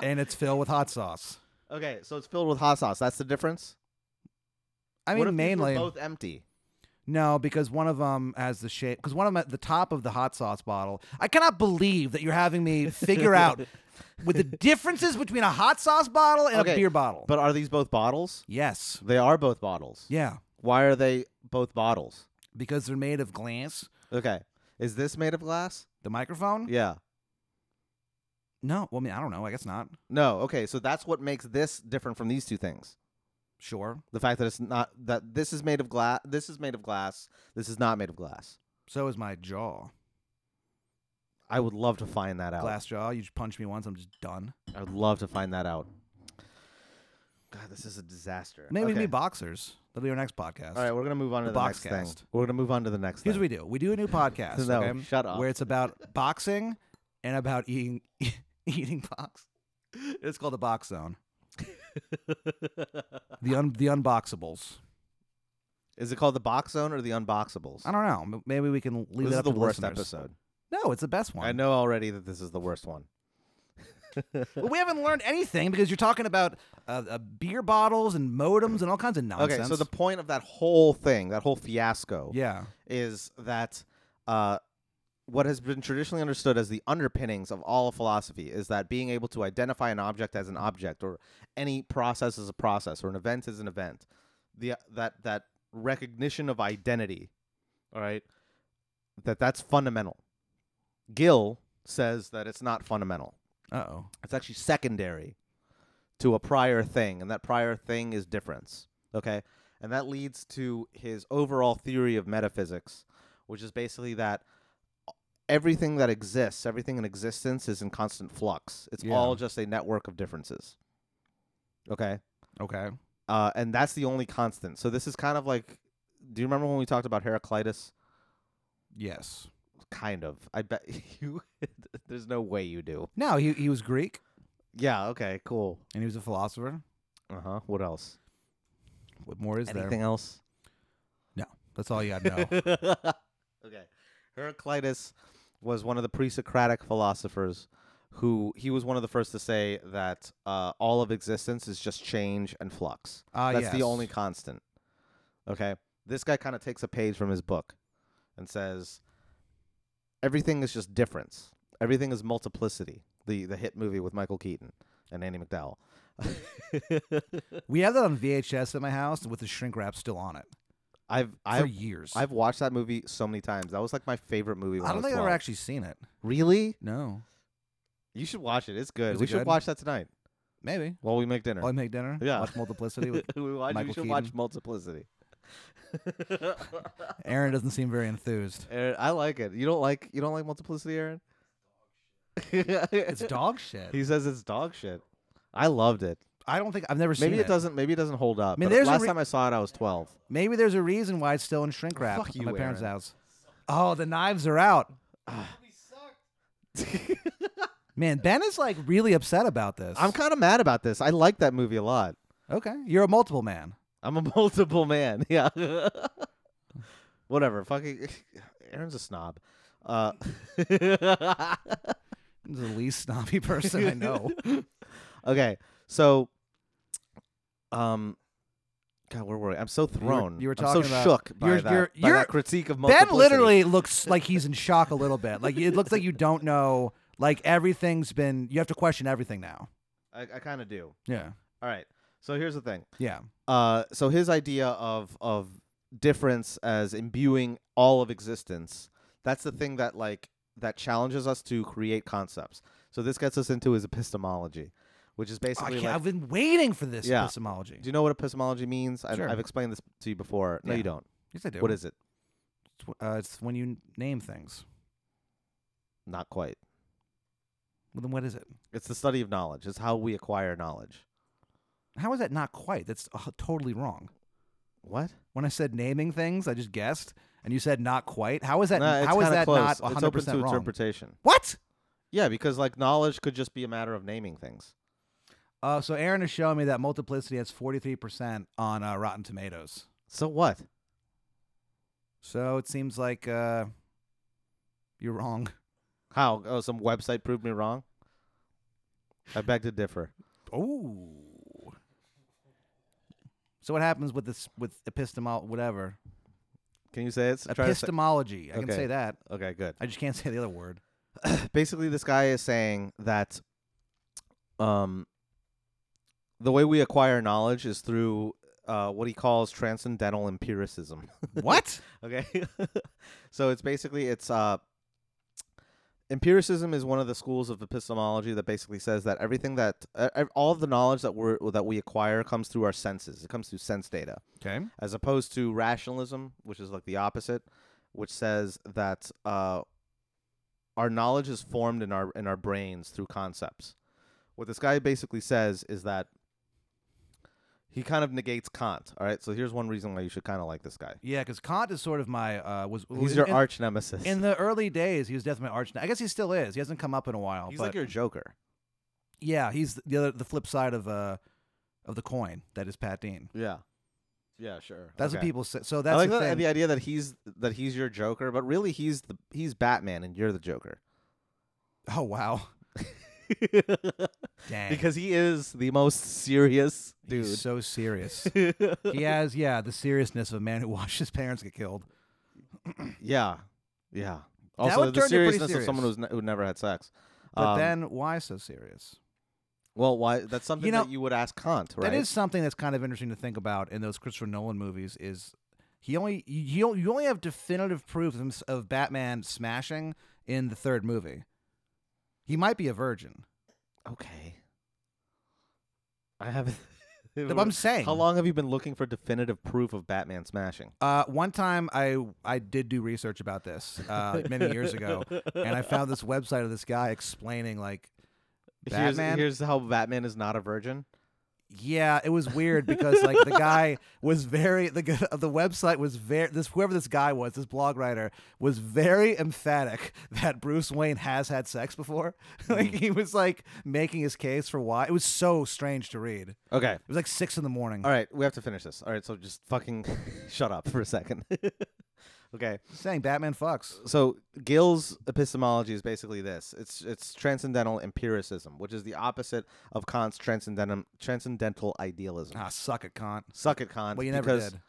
[SPEAKER 3] and it's filled with hot sauce.
[SPEAKER 2] okay, so it's filled with hot sauce. That's the difference.
[SPEAKER 3] I
[SPEAKER 2] what
[SPEAKER 3] mean,
[SPEAKER 2] if these were
[SPEAKER 3] mainly
[SPEAKER 2] both empty.
[SPEAKER 3] no, because one of them has the shape. Because one of them at the top of the hot sauce bottle. I cannot believe that you're having me figure out with the differences between a hot sauce bottle and
[SPEAKER 2] Okay,
[SPEAKER 3] a beer bottle.
[SPEAKER 2] But are these both bottles?
[SPEAKER 3] yes,
[SPEAKER 2] They are both bottles.
[SPEAKER 3] yeah,
[SPEAKER 2] Why are they both bottles?
[SPEAKER 3] because they're made of glass.
[SPEAKER 2] Okay, is this made of glass?
[SPEAKER 3] The microphone?
[SPEAKER 2] Yeah.
[SPEAKER 3] No, well, I mean, I don't know. I guess not.
[SPEAKER 2] No. Okay, so that's what makes this different from these two things.
[SPEAKER 3] Sure.
[SPEAKER 2] The fact that it's not that this is made of glass. This is made of glass. This is not made of glass.
[SPEAKER 3] So is my jaw.
[SPEAKER 2] I would love to find that out.
[SPEAKER 3] Glass jaw. You just punch me once, I'm just done.
[SPEAKER 2] I would love to find that out. God, this is a disaster.
[SPEAKER 3] Maybe we
[SPEAKER 2] Okay.
[SPEAKER 3] be boxers. That'll be our next podcast.
[SPEAKER 2] All right, we're gonna move on to
[SPEAKER 3] The
[SPEAKER 2] the, next
[SPEAKER 3] Boxcast.
[SPEAKER 2] thing. We're gonna move on to the next
[SPEAKER 3] Here's what
[SPEAKER 2] thing.
[SPEAKER 3] we do. We do a new podcast.
[SPEAKER 2] No,
[SPEAKER 3] okay?
[SPEAKER 2] shut up.
[SPEAKER 3] Where it's about boxing and about eating eating box. It's called the box zone. The un the unboxables.
[SPEAKER 2] Is it called the Box Zone or the Unboxables?
[SPEAKER 3] I don't know. M- Maybe we can leave
[SPEAKER 2] this
[SPEAKER 3] that
[SPEAKER 2] is
[SPEAKER 3] up
[SPEAKER 2] the
[SPEAKER 3] to
[SPEAKER 2] worst
[SPEAKER 3] listeners.
[SPEAKER 2] episode.
[SPEAKER 3] No, it's the best one.
[SPEAKER 2] I know already that this is the worst one.
[SPEAKER 3] Well, we haven't learned anything because you're talking about uh, uh, beer bottles and modems and all kinds of nonsense.
[SPEAKER 2] Okay, so the point of that whole thing, that whole fiasco,
[SPEAKER 3] yeah,
[SPEAKER 2] is that uh, what has been traditionally understood as the underpinnings of all of philosophy is that being able to identify an object as an object, or any process as a process, or an event as an event, the that that recognition of identity, all right, that that's fundamental. Gill says that it's not fundamental.
[SPEAKER 3] uh oh,
[SPEAKER 2] It's actually secondary to a prior thing, and that prior thing is difference. Okay? And that leads to his overall theory of metaphysics, which is basically that everything that exists, everything in existence is in constant flux. It's
[SPEAKER 3] Yeah.
[SPEAKER 2] all just a network of differences. Okay?
[SPEAKER 3] okay,
[SPEAKER 2] Uh, and that's the only constant. So this is kind of like do you remember when we talked about Heraclitus?
[SPEAKER 3] yes.
[SPEAKER 2] Kind of. I bet you there's no way you do.
[SPEAKER 3] No, he he was Greek
[SPEAKER 2] Yeah, okay, cool.
[SPEAKER 3] and he was a philosopher.
[SPEAKER 2] Uh-huh. What else?
[SPEAKER 3] What more is
[SPEAKER 2] Anything
[SPEAKER 3] there?
[SPEAKER 2] else?
[SPEAKER 3] That's all you got to know.
[SPEAKER 2] okay. Heraclitus was one of the pre Socratic philosophers who he was one of the first to say that uh, all of existence is just change and flux.
[SPEAKER 3] Ah,
[SPEAKER 2] That's the
[SPEAKER 3] yes.
[SPEAKER 2] only constant. Okay. This guy kind of takes a page from his book and says everything is just difference. Everything is multiplicity. The the hit movie with Michael Keaton and Andy McDowell.
[SPEAKER 3] We have that on VHS at my house with the shrink wrap still on it
[SPEAKER 2] I've
[SPEAKER 3] for
[SPEAKER 2] I've
[SPEAKER 3] years.
[SPEAKER 2] I've watched that movie so many times. That was like my favorite movie when I,
[SPEAKER 3] I don't
[SPEAKER 2] was
[SPEAKER 3] think I've
[SPEAKER 2] 12.
[SPEAKER 3] ever actually seen it.
[SPEAKER 2] Really?
[SPEAKER 3] No,
[SPEAKER 2] You should watch it. It's good.
[SPEAKER 3] Is
[SPEAKER 2] we
[SPEAKER 3] it
[SPEAKER 2] should
[SPEAKER 3] good? Oh,
[SPEAKER 2] watch that tonight
[SPEAKER 3] maybe.
[SPEAKER 2] while we make dinner.
[SPEAKER 3] I'll make dinner.
[SPEAKER 2] Yeah.
[SPEAKER 3] watch Multiplicity. with-
[SPEAKER 2] we watch, we
[SPEAKER 3] Michael
[SPEAKER 2] should watch
[SPEAKER 3] Keaton.
[SPEAKER 2] Multiplicity.
[SPEAKER 3] Aaron doesn't seem very enthused.
[SPEAKER 2] Aaron, I like it. You don't like you don't like Multiplicity, Aaron?
[SPEAKER 3] It's dog shit.
[SPEAKER 2] He says it's dog shit. I loved it.
[SPEAKER 3] I don't think I've never seen
[SPEAKER 2] Maybe it doesn't. Maybe it doesn't hold up.
[SPEAKER 3] I mean,
[SPEAKER 2] but
[SPEAKER 3] there's a
[SPEAKER 2] last
[SPEAKER 3] re-
[SPEAKER 2] time I saw it, I was twelve.
[SPEAKER 3] Maybe there's a reason why it's still in shrink wrap
[SPEAKER 2] Fuck
[SPEAKER 3] at
[SPEAKER 2] you,
[SPEAKER 3] my parents'
[SPEAKER 2] Aaron.
[SPEAKER 3] house. Oh, the knives are out. Man, Ben is like really upset about this.
[SPEAKER 2] I'm kind of mad about this. I like that movie a lot.
[SPEAKER 3] okay. You're a multiple man.
[SPEAKER 2] I'm a multiple man. Yeah. Whatever. Fucking. Aaron's a snob. Uh,
[SPEAKER 3] The least snobby person I know.
[SPEAKER 2] okay. So. Um. God, where were we? I'm so thrown.
[SPEAKER 3] you were
[SPEAKER 2] I'm
[SPEAKER 3] talking
[SPEAKER 2] so
[SPEAKER 3] about-
[SPEAKER 2] shook by,
[SPEAKER 3] you're-
[SPEAKER 2] that,
[SPEAKER 3] you're-
[SPEAKER 2] by
[SPEAKER 3] you're-
[SPEAKER 2] that critique of
[SPEAKER 3] ben
[SPEAKER 2] multiplicity.
[SPEAKER 3] literally looks like he's in shock a little bit. Like it looks like you don't know. Like everything's been. You have to question everything now.
[SPEAKER 2] I, I kind of do.
[SPEAKER 3] Yeah.
[SPEAKER 2] All right. So here's the thing.
[SPEAKER 3] Yeah.
[SPEAKER 2] Uh, so his idea of of difference as imbuing all of existence that's the thing that like that challenges us to create concepts so this gets us into his epistemology which is
[SPEAKER 3] Oh, I
[SPEAKER 2] basically
[SPEAKER 3] can't,
[SPEAKER 2] like
[SPEAKER 3] I've been waiting for this
[SPEAKER 2] Yeah.
[SPEAKER 3] epistemology.
[SPEAKER 2] do you know what epistemology means I,
[SPEAKER 3] Sure.
[SPEAKER 2] i've explained this to you before no
[SPEAKER 3] Yeah.
[SPEAKER 2] you don't
[SPEAKER 3] Yes, I do.
[SPEAKER 2] what is it
[SPEAKER 3] It's wh- Uh, it's when you n- name things.
[SPEAKER 2] not quite
[SPEAKER 3] Well, then what is it?
[SPEAKER 2] it's the study of knowledge it's how we acquire knowledge
[SPEAKER 3] How is that not quite? That's uh, totally wrong.
[SPEAKER 2] what
[SPEAKER 3] When I said naming things, I just guessed, and you said not quite. How is that?
[SPEAKER 2] Nah, it's
[SPEAKER 3] how is
[SPEAKER 2] kinda
[SPEAKER 3] that
[SPEAKER 2] close.
[SPEAKER 3] not 100
[SPEAKER 2] it's open
[SPEAKER 3] percent
[SPEAKER 2] to
[SPEAKER 3] wrong?
[SPEAKER 2] interpretation
[SPEAKER 3] What?
[SPEAKER 2] yeah because like knowledge could just be a matter of naming things
[SPEAKER 3] Uh, so Aaron is showing me that multiplicity has 43 percent on uh, Rotten Tomatoes.
[SPEAKER 2] so what
[SPEAKER 3] So it seems like uh, you're wrong.
[SPEAKER 2] How? Oh, some website proved me wrong. I beg to differ.
[SPEAKER 3] Oh. So what happens with this with epistemol whatever
[SPEAKER 2] Can you say it? S- try to say-
[SPEAKER 3] epistemology? I can
[SPEAKER 2] Okay.
[SPEAKER 3] say that.
[SPEAKER 2] okay, good.
[SPEAKER 3] I just can't say the other word.
[SPEAKER 2] Basically, this guy is saying that um, the way we acquire knowledge is through uh, what he calls transcendental empiricism.
[SPEAKER 3] what?
[SPEAKER 2] Okay, so it's basically it's uh, empiricism is one of the schools of epistemology that basically says that everything that uh, ev- all of the knowledge that we're that we acquire comes through our senses. It comes through sense data.
[SPEAKER 3] Okay.
[SPEAKER 2] as opposed to rationalism, which is like the opposite, which says that uh, our knowledge is formed in our in our brains through concepts. What this guy basically says is that he kind of negates Kant. All right, so here's one reason why you should kind of like this guy.
[SPEAKER 3] Yeah, because Kant is sort of my uh, was
[SPEAKER 2] He's
[SPEAKER 3] in-
[SPEAKER 2] your
[SPEAKER 3] in-
[SPEAKER 2] arch nemesis.
[SPEAKER 3] In the early days, he was definitely my arch. I guess he still is. He hasn't come up in a while.
[SPEAKER 2] He's
[SPEAKER 3] but
[SPEAKER 2] like your Joker.
[SPEAKER 3] yeah, he's the other, the flip side of uh of the coin that is Pat Dean.
[SPEAKER 2] Yeah. Yeah, sure.
[SPEAKER 3] That's what
[SPEAKER 2] Okay.
[SPEAKER 3] people say. So that's
[SPEAKER 2] I like
[SPEAKER 3] the
[SPEAKER 2] the,
[SPEAKER 3] thing.
[SPEAKER 2] the idea that he's that he's your Joker, but really he's the he's Batman and you're the Joker.
[SPEAKER 3] oh wow, dang,
[SPEAKER 2] because he is the most serious
[SPEAKER 3] He's
[SPEAKER 2] dude.
[SPEAKER 3] so serious. he has yeah the seriousness of a man who watched his parents get killed.
[SPEAKER 2] yeah, yeah.
[SPEAKER 3] That
[SPEAKER 2] Also,
[SPEAKER 3] one
[SPEAKER 2] the
[SPEAKER 3] turned it pretty
[SPEAKER 2] seriousness of someone
[SPEAKER 3] serious.
[SPEAKER 2] who's ne- who never had sex.
[SPEAKER 3] But
[SPEAKER 2] Um,
[SPEAKER 3] then why so serious?
[SPEAKER 2] well, why? That's something
[SPEAKER 3] know,
[SPEAKER 2] that you would ask Kant, right?
[SPEAKER 3] That is something that's kind of interesting to think about in those Christopher Nolan movies. Is he only you- you don't- you only have definitive proof of- of Batman smashing in the third movie? He might be a virgin.
[SPEAKER 2] okay. I haven't.
[SPEAKER 3] But I'm saying
[SPEAKER 2] How long have you been looking for definitive proof of Batman smashing?
[SPEAKER 3] Uh, one time I I did do research about this uh, many years ago, and I found this website of this guy explaining like
[SPEAKER 2] Here's,
[SPEAKER 3] Batman?
[SPEAKER 2] here's how Batman is not a virgin.
[SPEAKER 3] Yeah, it was weird because like the guy was very the g- the website was very this whoever this guy was this blog writer was very emphatic that Bruce Wayne has had sex before.
[SPEAKER 2] Mm.
[SPEAKER 3] like he was like making his case for why. It was so strange to read. It
[SPEAKER 2] Okay.
[SPEAKER 3] was like six in the morning.
[SPEAKER 2] All right, we have to finish this. All right, so just fucking shut up for a second. okay.
[SPEAKER 3] Saying Batman fucks.
[SPEAKER 2] So Gill's epistemology is basically this. It's it's transcendental empiricism, which is the opposite of Kant's transcendental transcendental idealism.
[SPEAKER 3] Ah, suck it, Kant.
[SPEAKER 2] Suck it, Kant.
[SPEAKER 3] Well, you never
[SPEAKER 2] because-
[SPEAKER 3] did.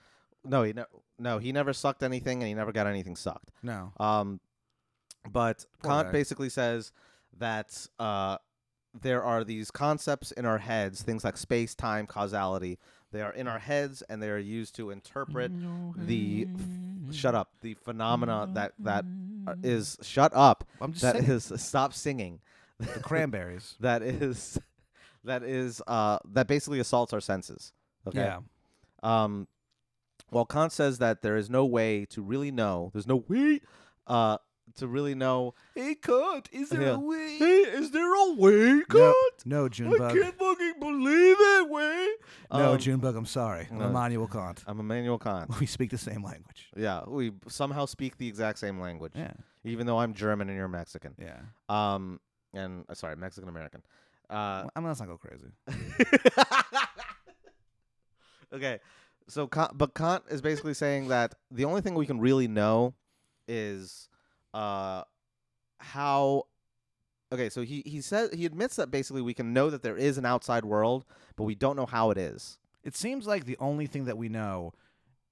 [SPEAKER 2] No, he ne- no, he never sucked anything and he never got anything sucked.
[SPEAKER 3] No.
[SPEAKER 2] Um, but
[SPEAKER 3] Poor
[SPEAKER 2] Kant
[SPEAKER 3] guy.
[SPEAKER 2] basically says that uh, there are these concepts in our heads, things like space, time, causality. They are in our heads, and they are used to interpret the f- shut up the phenomena that that uh, is shut up
[SPEAKER 3] I'm just
[SPEAKER 2] that
[SPEAKER 3] saying
[SPEAKER 2] is stop singing
[SPEAKER 3] the cranberries.
[SPEAKER 2] that is that is uh that basically assaults our senses. Okay.
[SPEAKER 3] Yeah.
[SPEAKER 2] Um, well, Kant says that there is no way to really know. There's no way uh, to really know.
[SPEAKER 3] Hey, Kant, is there
[SPEAKER 2] Yeah.
[SPEAKER 3] a way?
[SPEAKER 2] is there a way,
[SPEAKER 3] No, no, Junebug.
[SPEAKER 2] fucking believe it, way.
[SPEAKER 3] No,
[SPEAKER 2] Um, uh,
[SPEAKER 3] Junebug, I'm sorry. I'm
[SPEAKER 2] no.
[SPEAKER 3] Immanuel Kant.
[SPEAKER 2] I'm Immanuel Kant.
[SPEAKER 3] We speak the same language.
[SPEAKER 2] Yeah, we somehow speak the exact same language,
[SPEAKER 3] Yeah,
[SPEAKER 2] even though I'm German and you're Mexican.
[SPEAKER 3] yeah.
[SPEAKER 2] Um, and uh, sorry, Mexican American. Uh,
[SPEAKER 3] Well, I mean, let's not go crazy.
[SPEAKER 2] okay, so Kant, but Kant is basically saying that the only thing we can really know is uh, how. Okay, so he he says he admits that basically we can know that there is an outside world, but we don't know how it is.
[SPEAKER 3] It seems like the only thing that we know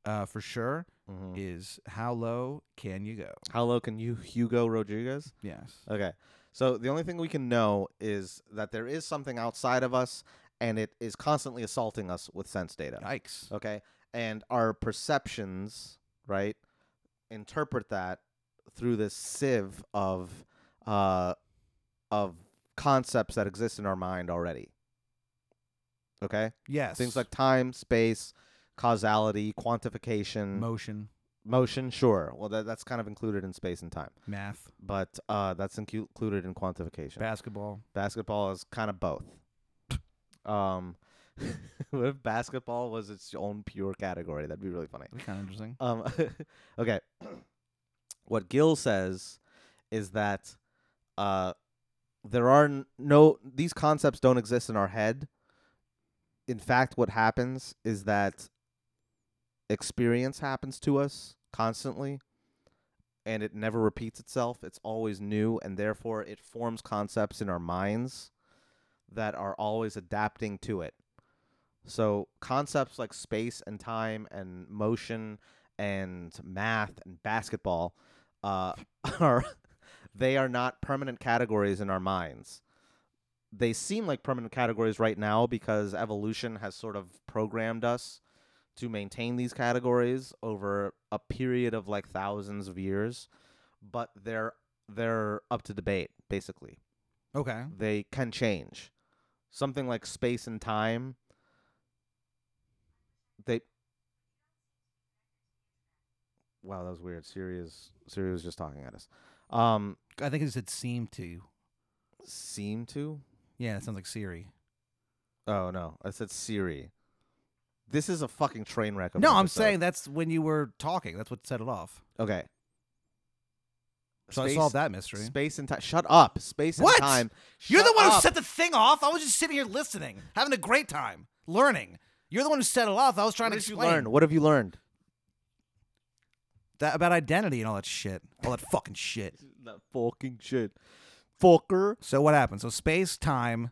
[SPEAKER 3] uh, for sure
[SPEAKER 2] Mhm.
[SPEAKER 3] is how low can you go?
[SPEAKER 2] How low can you Hugo Rodriguez?
[SPEAKER 3] Yes.
[SPEAKER 2] Okay. So the only thing we can know is that there is something outside of us and it is constantly assaulting us with sense data.
[SPEAKER 3] Yikes.
[SPEAKER 2] Okay. And our perceptions, right, interpret that through this sieve of uh of concepts that exist in our mind already. Okay?
[SPEAKER 3] Yes.
[SPEAKER 2] Things like time, space, causality, quantification,
[SPEAKER 3] motion,
[SPEAKER 2] motion, sure. Well that, that's kind of included in space and time
[SPEAKER 3] math,
[SPEAKER 2] but uh, that's incu- included in quantification.
[SPEAKER 3] basketball.
[SPEAKER 2] basketball is kind of both. um, what if basketball was its own pure category? That'd be really funny.
[SPEAKER 3] That'd be kind of interesting.
[SPEAKER 2] Um, okay. What Gill says is that uh, there are n- no these concepts don't exist in our head. In fact, what happens is that experience happens to us constantly, and it never repeats itself. It's always new, and therefore it forms concepts in our minds that are always adapting to it. So concepts like space and time and motion and math and basketball uh, are they are not permanent categories in our minds. They seem like permanent categories right now because evolution has sort of programmed us to maintain these categories over a period of like thousands of years, but they're they're up to debate basically
[SPEAKER 3] Okay.
[SPEAKER 2] they can change. Something like space and time. They. Wow, that was weird. Siri is Siri was just talking at us. Um,
[SPEAKER 3] I think it said seem to.
[SPEAKER 2] seem to.
[SPEAKER 3] Yeah, that sounds like Siri.
[SPEAKER 2] Oh no, I said Siri. This is a fucking train wreck. Of an
[SPEAKER 3] No, I'm
[SPEAKER 2] episode.
[SPEAKER 3] saying that's when you were talking. That's what set it off.
[SPEAKER 2] Okay.
[SPEAKER 3] So
[SPEAKER 2] space,
[SPEAKER 3] I solved that mystery.
[SPEAKER 2] Space and time. Shut up. Space
[SPEAKER 3] What?
[SPEAKER 2] and time.
[SPEAKER 3] You're the
[SPEAKER 2] Shut
[SPEAKER 3] one who
[SPEAKER 2] up.
[SPEAKER 3] set the thing off. I was just sitting here listening, having a great time, learning. You're the one who set it off. I was trying
[SPEAKER 2] what
[SPEAKER 3] to
[SPEAKER 2] did you
[SPEAKER 3] explain
[SPEAKER 2] learn? What have you learned?
[SPEAKER 3] that about identity and all that shit, all that fucking shit.
[SPEAKER 2] That fucking shit. Fucker.
[SPEAKER 3] So what happened? So space, time,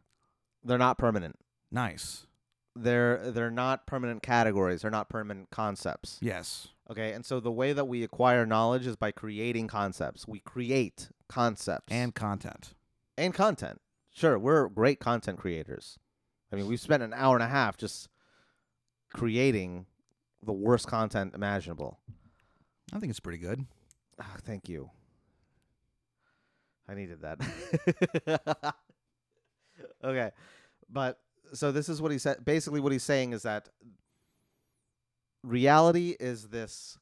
[SPEAKER 2] They're not permanent.
[SPEAKER 3] nice.
[SPEAKER 2] They're they're not permanent categories. They're not permanent concepts.
[SPEAKER 3] Yes.
[SPEAKER 2] Okay, and so the way that we acquire knowledge is by creating concepts. We create concepts
[SPEAKER 3] And content.
[SPEAKER 2] and content. Sure, we're great content creators. I mean, we've spent an hour and a half just creating the worst content imaginable.
[SPEAKER 3] I think it's pretty good.
[SPEAKER 2] Ah, thank you. I needed that. okay. But so this is what he said. Basically, what he's saying is that reality is this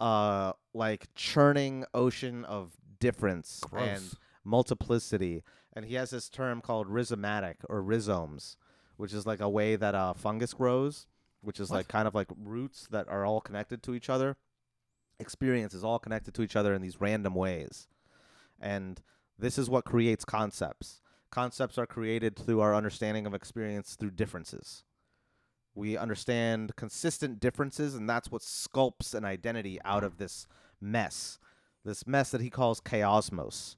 [SPEAKER 2] uh like churning ocean of difference and
[SPEAKER 3] Gross.
[SPEAKER 2] multiplicity and he has this term called rhizomatic or rhizomes which is like a way that uh, fungus grows which is
[SPEAKER 3] What?
[SPEAKER 2] like kind of like roots that are all connected to each other experience is all connected to each other in these random ways and this is what creates concepts concepts are created through our understanding of experience through differences we understand consistent differences and that's what sculpts an identity out of this mess this mess that he calls chaosmos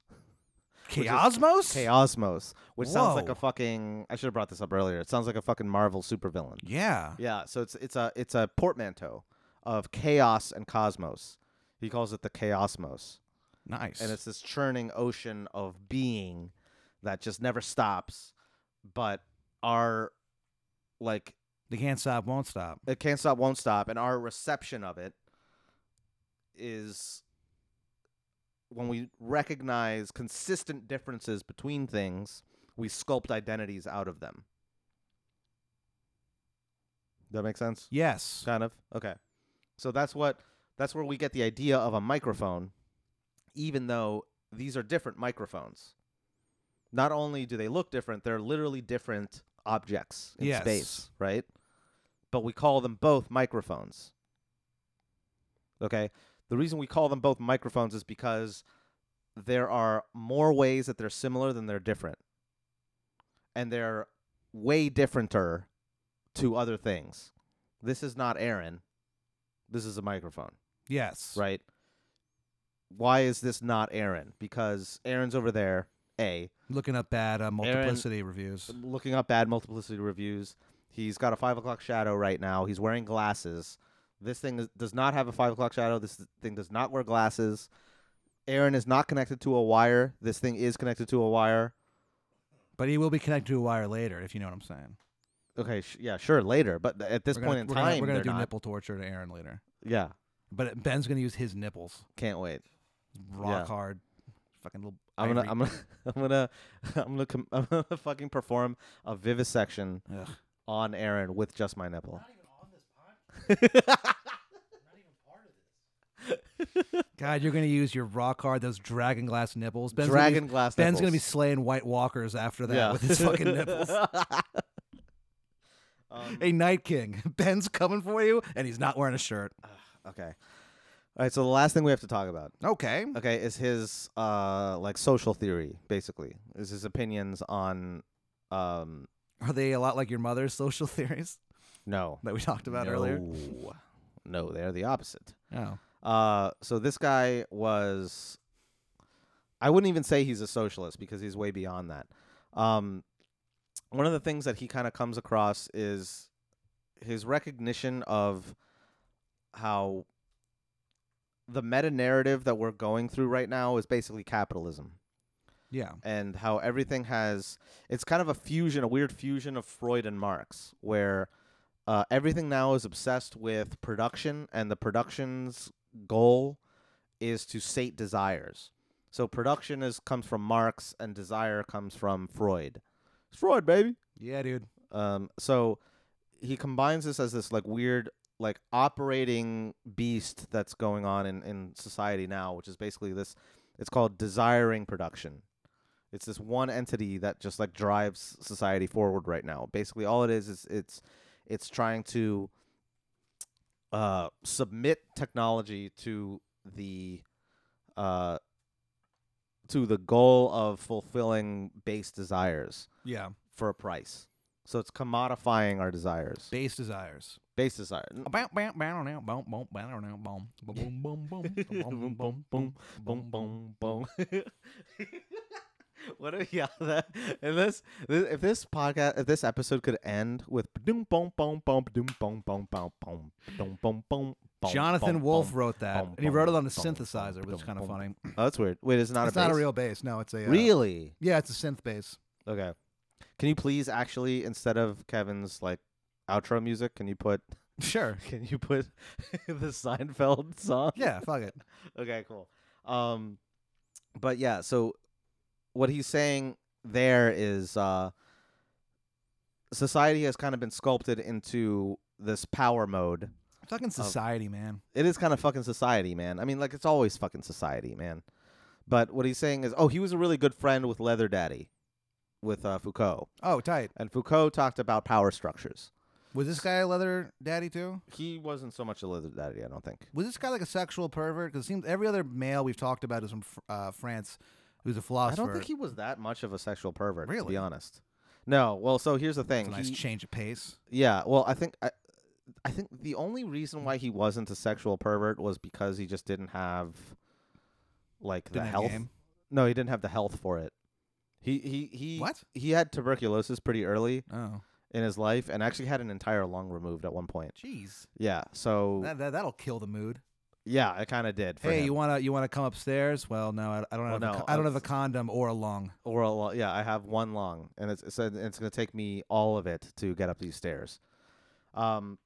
[SPEAKER 2] is
[SPEAKER 3] Chaosmos?
[SPEAKER 2] chaosmos which sounds like
[SPEAKER 3] Whoa.
[SPEAKER 2] a fucking i should have brought this up earlier it sounds like a fucking marvel supervillain
[SPEAKER 3] Yeah.
[SPEAKER 2] yeah so it's it's a it's a portmanteau of chaos and cosmos he calls it the chaosmos
[SPEAKER 3] Nice.
[SPEAKER 2] and it's this churning ocean of being that just never stops but our like
[SPEAKER 3] they can't stop, won't stop.
[SPEAKER 2] it can't stop won't stop and our reception of it is when we recognize consistent differences between things we sculpt identities out of them that make sense
[SPEAKER 3] Yes.
[SPEAKER 2] kind of okay so that's what that's where we get the idea of a microphone even though these are different microphones not only do they look different they're literally different objects in
[SPEAKER 3] Yes.
[SPEAKER 2] space right but we call them both microphones okay the reason we call them both microphones is because there are more ways that they're similar than they're different and they're way differenter to other things this is not Aaron. This is a microphone,
[SPEAKER 3] Yes.
[SPEAKER 2] right? Why is this not Aaron? Because Aaron's over there, A,
[SPEAKER 3] Looking up bad uh, multiplicity reviews.
[SPEAKER 2] looking up bad multiplicity reviews. He's got a five o'clock shadow right now. He's wearing glasses. This thing is, does not have a five o'clock shadow. This thing does not wear glasses. Aaron is not connected to a wire. This thing is connected to a wire.
[SPEAKER 3] But he will be connected to a wire later, if you know what I'm saying.
[SPEAKER 2] Okay, sh- yeah, sure, later. But th- at this
[SPEAKER 3] We're
[SPEAKER 2] point
[SPEAKER 3] gonna,
[SPEAKER 2] in
[SPEAKER 3] we're
[SPEAKER 2] time,
[SPEAKER 3] gonna, we're gonna
[SPEAKER 2] they're
[SPEAKER 3] do
[SPEAKER 2] not.
[SPEAKER 3] nipple torture to Aaron later.
[SPEAKER 2] Yeah,
[SPEAKER 3] But Ben's gonna use his nipples.
[SPEAKER 2] can't wait.
[SPEAKER 3] Rock
[SPEAKER 2] Yeah.
[SPEAKER 3] hard. Fucking little.
[SPEAKER 2] I'm gonna,
[SPEAKER 3] ivory-
[SPEAKER 2] I'm gonna, I'm gonna, I'm gonna, com- I'm gonna fucking perform a vivisection
[SPEAKER 3] Ugh.
[SPEAKER 2] on Aaron with just my nipple.
[SPEAKER 3] God, you're gonna use your rock hard those dragon glass nipples. Ben's gonna be-
[SPEAKER 2] Dragon glass.
[SPEAKER 3] Ben's gonna be
[SPEAKER 2] nipples.
[SPEAKER 3] slaying White Walkers after that with his fucking nipples.
[SPEAKER 2] Um,
[SPEAKER 3] A Night King. Ben's coming for you, and he's not wearing a shirt.
[SPEAKER 2] okay. All right. So the last thing we have to talk about,
[SPEAKER 3] Okay.
[SPEAKER 2] okay, is his uh like social theory, basically, is his opinions on um
[SPEAKER 3] Are they a lot like your mother's social theories
[SPEAKER 2] no
[SPEAKER 3] that we talked about earlier?
[SPEAKER 2] No. No, they're the opposite.
[SPEAKER 3] Oh.
[SPEAKER 2] Uh, so this guy was. I wouldn't even say he's a socialist because he's way beyond that. Um, one of the things that he kind of comes across is his recognition of how the meta narrative that we're going through right now is basically capitalism
[SPEAKER 3] Yeah.
[SPEAKER 2] and how everything has it's kind of a fusion, a weird fusion of Freud and Marx, where uh, everything now is obsessed with production, and the production's goal is to sate desires. So production is comes from Marx, and desire comes from Freud. It's Freud, baby.
[SPEAKER 3] Yeah, dude.
[SPEAKER 2] Um, so he combines this as this like weird like operating beast that's going on in, in society now, which is basically this it's called desiring production. It's this one entity that just like drives society forward right now. Basically all it is is it's it's trying to uh submit technology to the uh to the goal of fulfilling base desires
[SPEAKER 3] Yeah.
[SPEAKER 2] for a price. So it's commodifying our desires,
[SPEAKER 3] Base desires.
[SPEAKER 2] base desire.
[SPEAKER 3] Bow, bow, bow, now, bow, bow, bow, now, bow, bow, boom, boom, boom, boom, boom, boom, boom, boom.
[SPEAKER 2] boom. what a yeah! That and this, this if this podcast if this episode could end with doom boom boom boom doom boom boom boom boom doom boom boom. boom,
[SPEAKER 3] Jonathan
[SPEAKER 2] boom,
[SPEAKER 3] Wolf
[SPEAKER 2] boom.
[SPEAKER 3] wrote that,
[SPEAKER 2] bum,
[SPEAKER 3] and he wrote it on a
[SPEAKER 2] bum, bum,
[SPEAKER 3] synthesizer, which is kind of
[SPEAKER 2] bum,
[SPEAKER 3] funny.
[SPEAKER 2] Oh, that's weird. Wait, it's not
[SPEAKER 3] It's
[SPEAKER 2] a
[SPEAKER 3] not a
[SPEAKER 2] bass?
[SPEAKER 3] real bass. No, it's a uh,
[SPEAKER 2] Really?
[SPEAKER 3] Yeah, it's a synth bass.
[SPEAKER 2] Okay. Can you please actually instead of Kevin's like outro music, can you put
[SPEAKER 3] Sure.
[SPEAKER 2] can you put the Seinfeld song?
[SPEAKER 3] Yeah, fuck it.
[SPEAKER 2] Okay, cool. Um but yeah, so what he's saying there is uh society has kind of been sculpted into this power mode.
[SPEAKER 3] Fucking society, man.
[SPEAKER 2] It is kind of fucking society, man. I mean, like it's always fucking society, man. But what he's saying is, oh, he was a really good friend with Leather Daddy, with uh, Foucault,
[SPEAKER 3] Oh, tight.
[SPEAKER 2] and Foucault talked about power structures.
[SPEAKER 3] Was this guy a leather daddy too?
[SPEAKER 2] He wasn't so much a Leather Daddy, I don't think.
[SPEAKER 3] Was this guy like a sexual pervert? Because it seems every other male we've talked about is from Fr- uh, France, who's a
[SPEAKER 2] I
[SPEAKER 3] philosopher.
[SPEAKER 2] don't think he was that much of a sexual pervert, to
[SPEAKER 3] Really?
[SPEAKER 2] be honest. No, well, so here's the
[SPEAKER 3] It's
[SPEAKER 2] thing.
[SPEAKER 3] a nice
[SPEAKER 2] He-
[SPEAKER 3] change of pace.
[SPEAKER 2] yeah, well, I think I, I think the only reason why he wasn't a sexual pervert was because he just didn't have, like, the
[SPEAKER 3] Didn't have
[SPEAKER 2] health.
[SPEAKER 3] game.
[SPEAKER 2] No, he didn't have the health for it. He he he.
[SPEAKER 3] What?
[SPEAKER 2] He had tuberculosis pretty early
[SPEAKER 3] Oh,
[SPEAKER 2] in his life, and actually had an entire lung removed at one point.
[SPEAKER 3] jeez.
[SPEAKER 2] Yeah. So
[SPEAKER 3] That, that that'll kill the mood.
[SPEAKER 2] yeah, it kind of did. For
[SPEAKER 3] hey,
[SPEAKER 2] him.
[SPEAKER 3] you wanna you wanna come upstairs? Well, no, I, I don't
[SPEAKER 2] Well,
[SPEAKER 3] have a
[SPEAKER 2] no,
[SPEAKER 3] co- I don't
[SPEAKER 2] that's-
[SPEAKER 3] have a condom or a lung.
[SPEAKER 2] or a lo- yeah, I have one lung, and it's it's, it's going to take me all of it to get up these stairs. Um,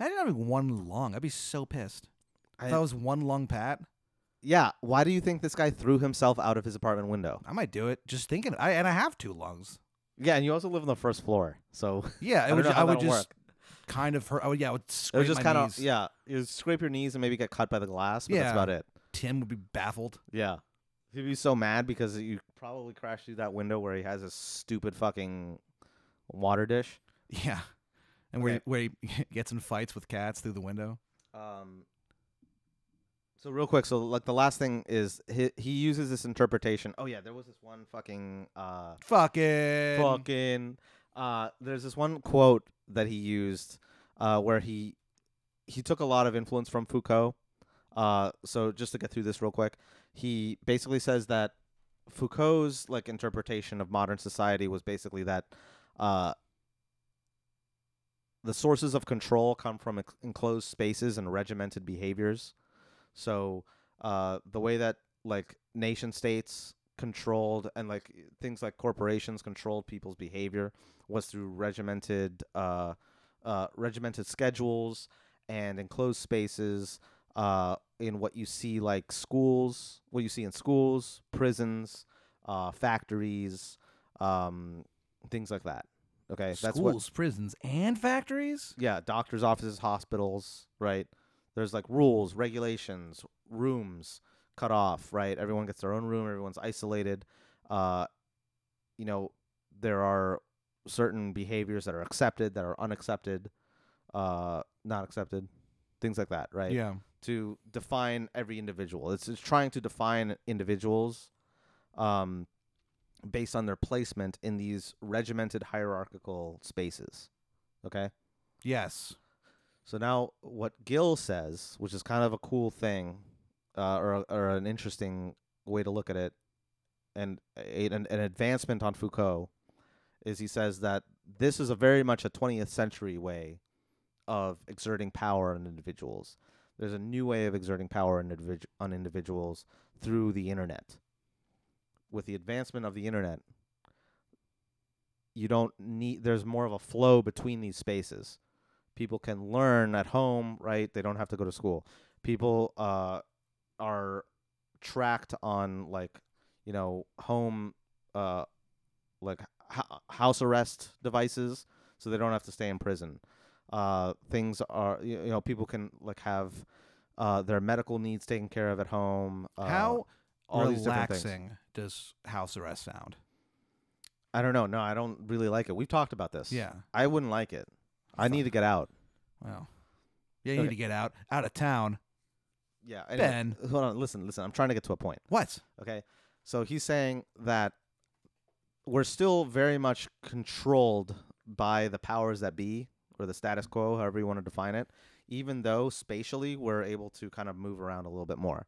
[SPEAKER 3] Imagine having one lung. I'd be so pissed.
[SPEAKER 2] I-
[SPEAKER 3] if I was one lung Pat,
[SPEAKER 2] yeah. Why do you think this guy threw himself out of his apartment window?
[SPEAKER 3] I might do it. Just thinking, I and I have two lungs.
[SPEAKER 2] Yeah, and you also live on the first floor, so
[SPEAKER 3] Yeah,
[SPEAKER 2] I
[SPEAKER 3] it
[SPEAKER 2] don't
[SPEAKER 3] would,
[SPEAKER 2] know
[SPEAKER 3] ju-
[SPEAKER 2] how
[SPEAKER 3] I would
[SPEAKER 2] that'll
[SPEAKER 3] just
[SPEAKER 2] work.
[SPEAKER 3] kind of hurt. Oh yeah, I would
[SPEAKER 2] It
[SPEAKER 3] scrape
[SPEAKER 2] was just
[SPEAKER 3] my
[SPEAKER 2] kind of
[SPEAKER 3] knees.
[SPEAKER 2] yeah. You scrape your knees and maybe get cut by the glass, but
[SPEAKER 3] Yeah.
[SPEAKER 2] that's about it.
[SPEAKER 3] Tim would be baffled.
[SPEAKER 2] Yeah, he'd be so mad because you probably crashed through that window where he has a stupid fucking water dish.
[SPEAKER 3] Yeah, and
[SPEAKER 2] Okay.
[SPEAKER 3] where he, where he gets in fights with cats through the window.
[SPEAKER 2] Um, so real quick, so like the last thing is he, he uses this interpretation. Oh yeah, there was this one fucking uh
[SPEAKER 3] Fucking.
[SPEAKER 2] fucking uh there's this one quote that he used uh where he he took a lot of influence from Foucault. Uh so just to get through this real quick, he basically says that Foucault's like interpretation of modern society was basically that uh the sources of control come from ex- enclosed spaces and regimented behaviors. So uh, the way that like nation states controlled and like things like corporations controlled people's behavior was through regimented uh, uh, regimented schedules and enclosed spaces uh, in what you see like schools, what you see in schools, prisons, uh, factories, um, things like that. Okay, that's what
[SPEAKER 3] Schools, prisons, and factories.
[SPEAKER 2] yeah, doctors' offices, hospitals, right? There's like rules, regulations, rooms cut off, right? Everyone gets their own room, everyone's isolated. Uh, you know, there are certain behaviors that are accepted, that are unaccepted, uh, not accepted, things like that, right?
[SPEAKER 3] Yeah.
[SPEAKER 2] to define every individual. It's, it's trying to define individuals um, based on their placement in these regimented hierarchical spaces. Okay?
[SPEAKER 3] Yes.
[SPEAKER 2] So now, what Gill says, which is kind of a cool thing, uh, or or an interesting way to look at it, and a, an, an advancement on Foucault, is he says that this is a very much a 20th century way of exerting power on individuals. There's a new way of exerting power on, individu- on individuals through the internet. With the advancement of the internet, you don't need. There's more of a flow between these spaces people can learn at home right they don't have to go to school people uh, are tracked on like you know home uh, like ho- house arrest devices so they don't have to stay in prison uh, things are you you know people can like have uh, their medical needs taken care of at home uh,
[SPEAKER 3] How
[SPEAKER 2] all these different things
[SPEAKER 3] relaxing does house arrest sound?
[SPEAKER 2] i don't know no i don't really like it we've talked about this
[SPEAKER 3] Yeah.
[SPEAKER 2] i wouldn't like it i need to get out
[SPEAKER 3] Well. Yeah, you
[SPEAKER 2] Okay.
[SPEAKER 3] need to get out out of town.
[SPEAKER 2] yeah anyway,
[SPEAKER 3] Ben.
[SPEAKER 2] hold on listen listen i'm trying to get to a point
[SPEAKER 3] What?
[SPEAKER 2] Okay. So he's saying that we're still very much controlled by the powers that be or the status quo, however you want to define it, even though spatially we're able to kind of move around a little bit more.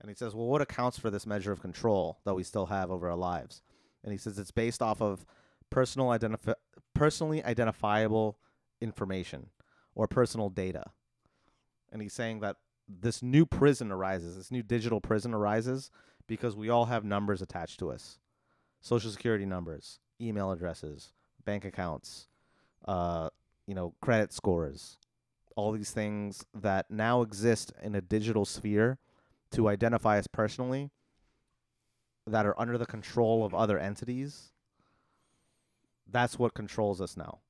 [SPEAKER 2] And he says, Well, what accounts for this measure of control that we still have over our lives? And he says it's based off of personal identifi- personally identifiable information or personal data. And he's saying that this new prison arises, this new digital prison arises because we all have numbers attached to us social security numbers, email addresses, bank accounts, uh, you know, credit scores, all these things that now exist in a digital sphere to identify us personally that are under the control of other entities. That's what controls us now.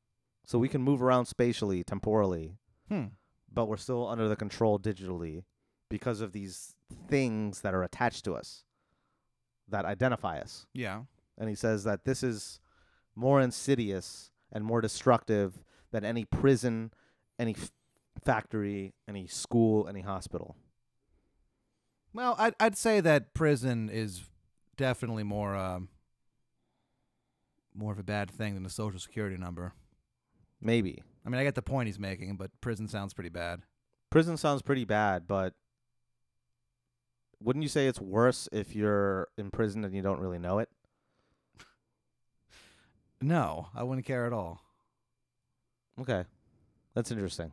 [SPEAKER 2] So we can move around spatially, temporally,
[SPEAKER 3] Hmm.
[SPEAKER 2] but we're still under the control digitally because of these things that are attached to us that identify us
[SPEAKER 3] Yeah.
[SPEAKER 2] and he says that this is more insidious and more destructive than any prison, any f- factory, any school, any hospital.
[SPEAKER 3] Well, I'd I'd say that prison is definitely more um, more of a bad thing than a social security number.
[SPEAKER 2] Maybe
[SPEAKER 3] I mean, I get the point he's making, but prison sounds pretty bad.
[SPEAKER 2] prison sounds pretty bad, but wouldn't you say it's worse if you're imprisoned and you don't really know it?
[SPEAKER 3] No, I wouldn't care at all.
[SPEAKER 2] Okay, that's interesting.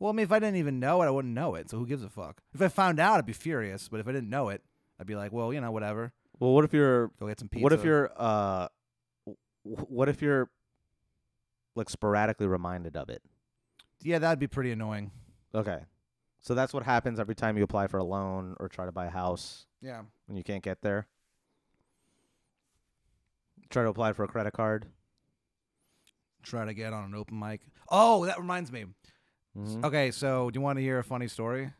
[SPEAKER 3] Well, I mean, if I didn't even know it, I wouldn't know it. So who gives a fuck? If I found out, I'd be furious. But if I didn't know it, I'd be like, well, you know, whatever.
[SPEAKER 2] Well, what if you're
[SPEAKER 3] Go get some pizza.
[SPEAKER 2] what if you're uh, w- what if you're like sporadically reminded of it?
[SPEAKER 3] Yeah, that'd be pretty annoying.
[SPEAKER 2] Okay. So that's what happens every time you apply for a loan or try to buy a house
[SPEAKER 3] Yeah.
[SPEAKER 2] and you can't get there. Try to apply for a credit card.
[SPEAKER 3] Try to get on an open mic. Oh, that reminds me.
[SPEAKER 2] Mhm.
[SPEAKER 3] Okay, so do you want to hear a funny story?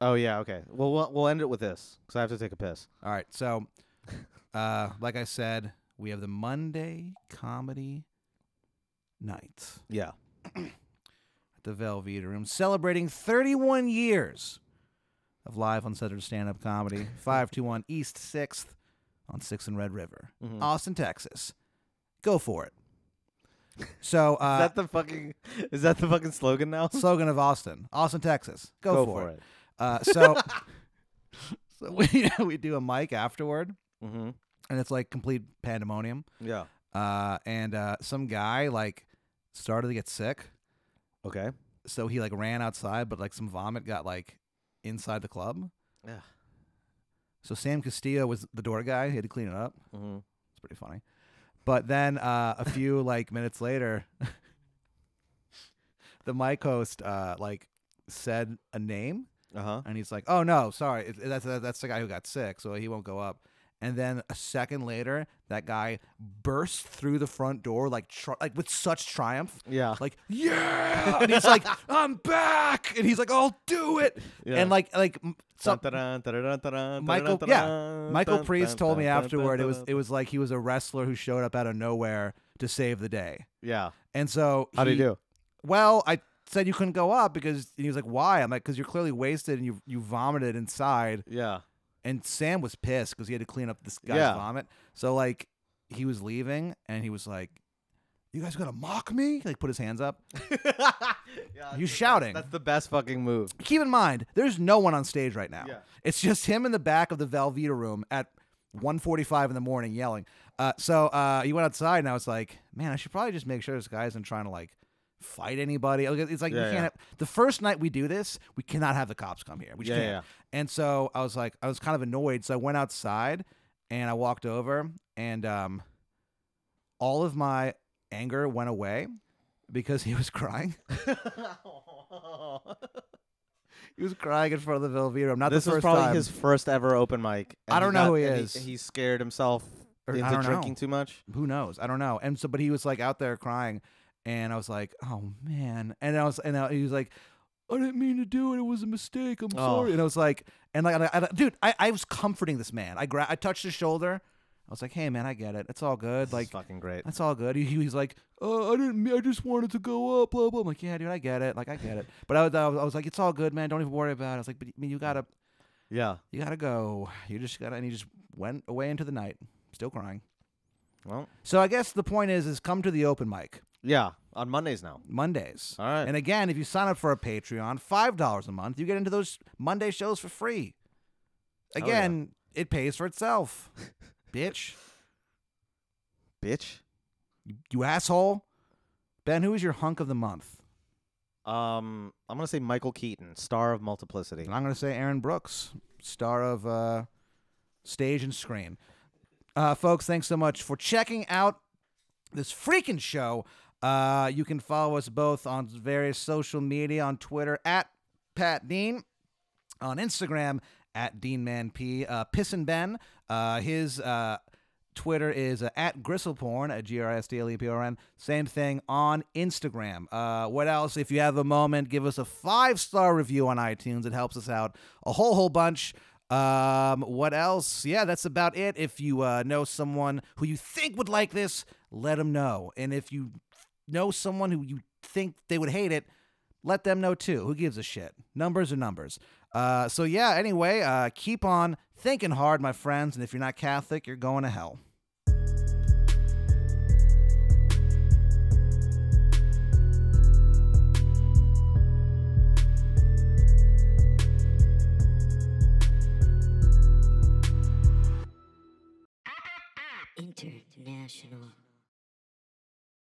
[SPEAKER 2] Oh yeah, okay. Well, we'll we'll end it with this because I have to take a piss.
[SPEAKER 3] All right. So, uh, like I said, we have the Monday comedy nights
[SPEAKER 2] Yeah.
[SPEAKER 3] at the Velveeta Room, celebrating 31 years of live uncensored stand-up comedy. 521 East 6th on 6th and Red River,
[SPEAKER 2] Mhm.
[SPEAKER 3] Austin, Texas. Go for it. So,
[SPEAKER 2] is
[SPEAKER 3] uh,
[SPEAKER 2] that the fucking is that the fucking slogan now?
[SPEAKER 3] slogan of Austin, Austin, Texas. Go, for, it.
[SPEAKER 2] it.
[SPEAKER 3] Uh, so, so we we do a mic afterward,
[SPEAKER 2] Mhm.
[SPEAKER 3] and it's like complete pandemonium.
[SPEAKER 2] Yeah.
[SPEAKER 3] uh, and uh, some guy like started to get sick,
[SPEAKER 2] Okay.
[SPEAKER 3] so he like ran outside, but like some vomit got like inside the club.
[SPEAKER 2] Yeah.
[SPEAKER 3] So Sam Castillo was the door guy; he had to clean it up.
[SPEAKER 2] Mhm.
[SPEAKER 3] It's pretty funny. But then uh, a few like minutes later, the mic host uh, like said a name,
[SPEAKER 2] Uh-huh.
[SPEAKER 3] and he's like, "Oh no, sorry, it- that's that's the guy who got sick, so he won't go up." And then a second later, that guy burst through the front door like tr- like with such triumph,
[SPEAKER 2] Yeah.
[SPEAKER 3] like yeah, and he's like, "I'm back," and he's like, "I'll do it,"
[SPEAKER 2] yeah.
[SPEAKER 3] and like like m- some,
[SPEAKER 2] Dun-dun-dun, dun-dun-dun, dun-dun-dun,
[SPEAKER 3] Michael-
[SPEAKER 2] dun-dun-dun,
[SPEAKER 3] yeah.
[SPEAKER 2] dun-dun-dun,
[SPEAKER 3] Michael Priest told me
[SPEAKER 2] dun-dun-dun,
[SPEAKER 3] afterward it was
[SPEAKER 2] dun-dun-dun.
[SPEAKER 3] it was like he was a wrestler who showed up out of nowhere to save the day,
[SPEAKER 2] Yeah.
[SPEAKER 3] and so
[SPEAKER 2] How do you
[SPEAKER 3] he-
[SPEAKER 2] do?
[SPEAKER 3] well, I said you couldn't go up because and he was like, why? I'm like, because you're clearly wasted and you you vomited inside.
[SPEAKER 2] Yeah.
[SPEAKER 3] And Sam was pissed because he had to clean up this guy's
[SPEAKER 2] Yeah.
[SPEAKER 3] vomit. So like he was leaving and he was like, "You guys gonna mock me?" He, like put his hands up.
[SPEAKER 2] yeah
[SPEAKER 3] You shouting.
[SPEAKER 2] That's the best fucking move.
[SPEAKER 3] Keep in mind, there's no one on stage right now.
[SPEAKER 2] Yeah.
[SPEAKER 3] It's just him in the back of the Velveeta room at 1:45 in the morning yelling. Uh, so uh, he went outside and I was like, "Man, I should probably just make sure this guy isn't trying to like." Fight anybody? Like, It's like
[SPEAKER 2] Yeah,
[SPEAKER 3] we can't.
[SPEAKER 2] yeah.
[SPEAKER 3] Have, the first night we do this, we cannot have the cops come here. We just
[SPEAKER 2] Yeah,
[SPEAKER 3] can't.
[SPEAKER 2] yeah.
[SPEAKER 3] And so I was like, I was kind of annoyed. So I went outside and I walked over, and um, all of my anger went away because he was crying. He was crying in front of the Velveeta room. Not
[SPEAKER 2] this
[SPEAKER 3] the
[SPEAKER 2] was
[SPEAKER 3] first
[SPEAKER 2] probably
[SPEAKER 3] time.
[SPEAKER 2] his first ever open mic.
[SPEAKER 3] I don't
[SPEAKER 2] he
[SPEAKER 3] know who he
[SPEAKER 2] and
[SPEAKER 3] is.
[SPEAKER 2] and he scared himself
[SPEAKER 3] Or- I
[SPEAKER 2] into
[SPEAKER 3] don't
[SPEAKER 2] drinking
[SPEAKER 3] know.
[SPEAKER 2] too much.
[SPEAKER 3] Who knows? I don't know. And so, but he was like out there crying, and I was like, oh man. And I was, and I, he was like, I didn't mean to do it. It was a mistake. I'm
[SPEAKER 2] Oh.
[SPEAKER 3] sorry. And I was like, and like, and I, and I- dude, I, I was comforting this man. I gra- I touched his shoulder. I was like, hey man, I get it. It's all good.
[SPEAKER 2] This is
[SPEAKER 3] like,
[SPEAKER 2] fucking great.
[SPEAKER 3] That's all good. He, he was like, "Uh, I didn't. mean- I just wanted to go up." Blah blah. I'm like, "Yeah, dude, I get it. Like, I get it." But I was, I was, I was like, "It's all good, man. Don't even worry about it." I was like, "But I mean, you gotta,
[SPEAKER 2] Yeah.
[SPEAKER 3] you gotta go. You just gotta." And he just went away into the night, still crying.
[SPEAKER 2] Well,
[SPEAKER 3] So I guess the point is, is come to the open mic
[SPEAKER 2] yeah, on Mondays now.
[SPEAKER 3] Mondays.
[SPEAKER 2] All right.
[SPEAKER 3] And again, if you sign up for a Patreon, five dollars a month, you get into those Monday shows for free.
[SPEAKER 2] yeah.
[SPEAKER 3] Again, it pays for itself, bitch.
[SPEAKER 2] Bitch.
[SPEAKER 3] You asshole. Ben, who is your hunk of the month?
[SPEAKER 2] Um, I'm gonna say Michael Keaton, star of Multiplicity.
[SPEAKER 3] And I'm going to say Aaron Brooks, star of uh, stage and screen. Uh, folks, thanks so much for checking out this freaking show. Uh, you can follow us both on various social media on Twitter at Pat Dean, on Instagram at DeanManP, uh, Pissin' Ben. Uh, his uh, Twitter is uh, at Gristleporn, at G R I S D L E P O R N. Same thing on Instagram. Uh, what else? If you have a moment, give us a five star review on iTunes. It helps us out a whole, whole bunch. Um, what else? Yeah, that's about it. If you uh, know someone who you think would like this, let them know. And if you know someone who you think they would hate it, let them know too. Who gives a shit? Numbers are numbers. Uh, so yeah. Anyway, uh, keep on thinking hard, my friends. And if you're not Catholic, you're going to hell.
[SPEAKER 1] International.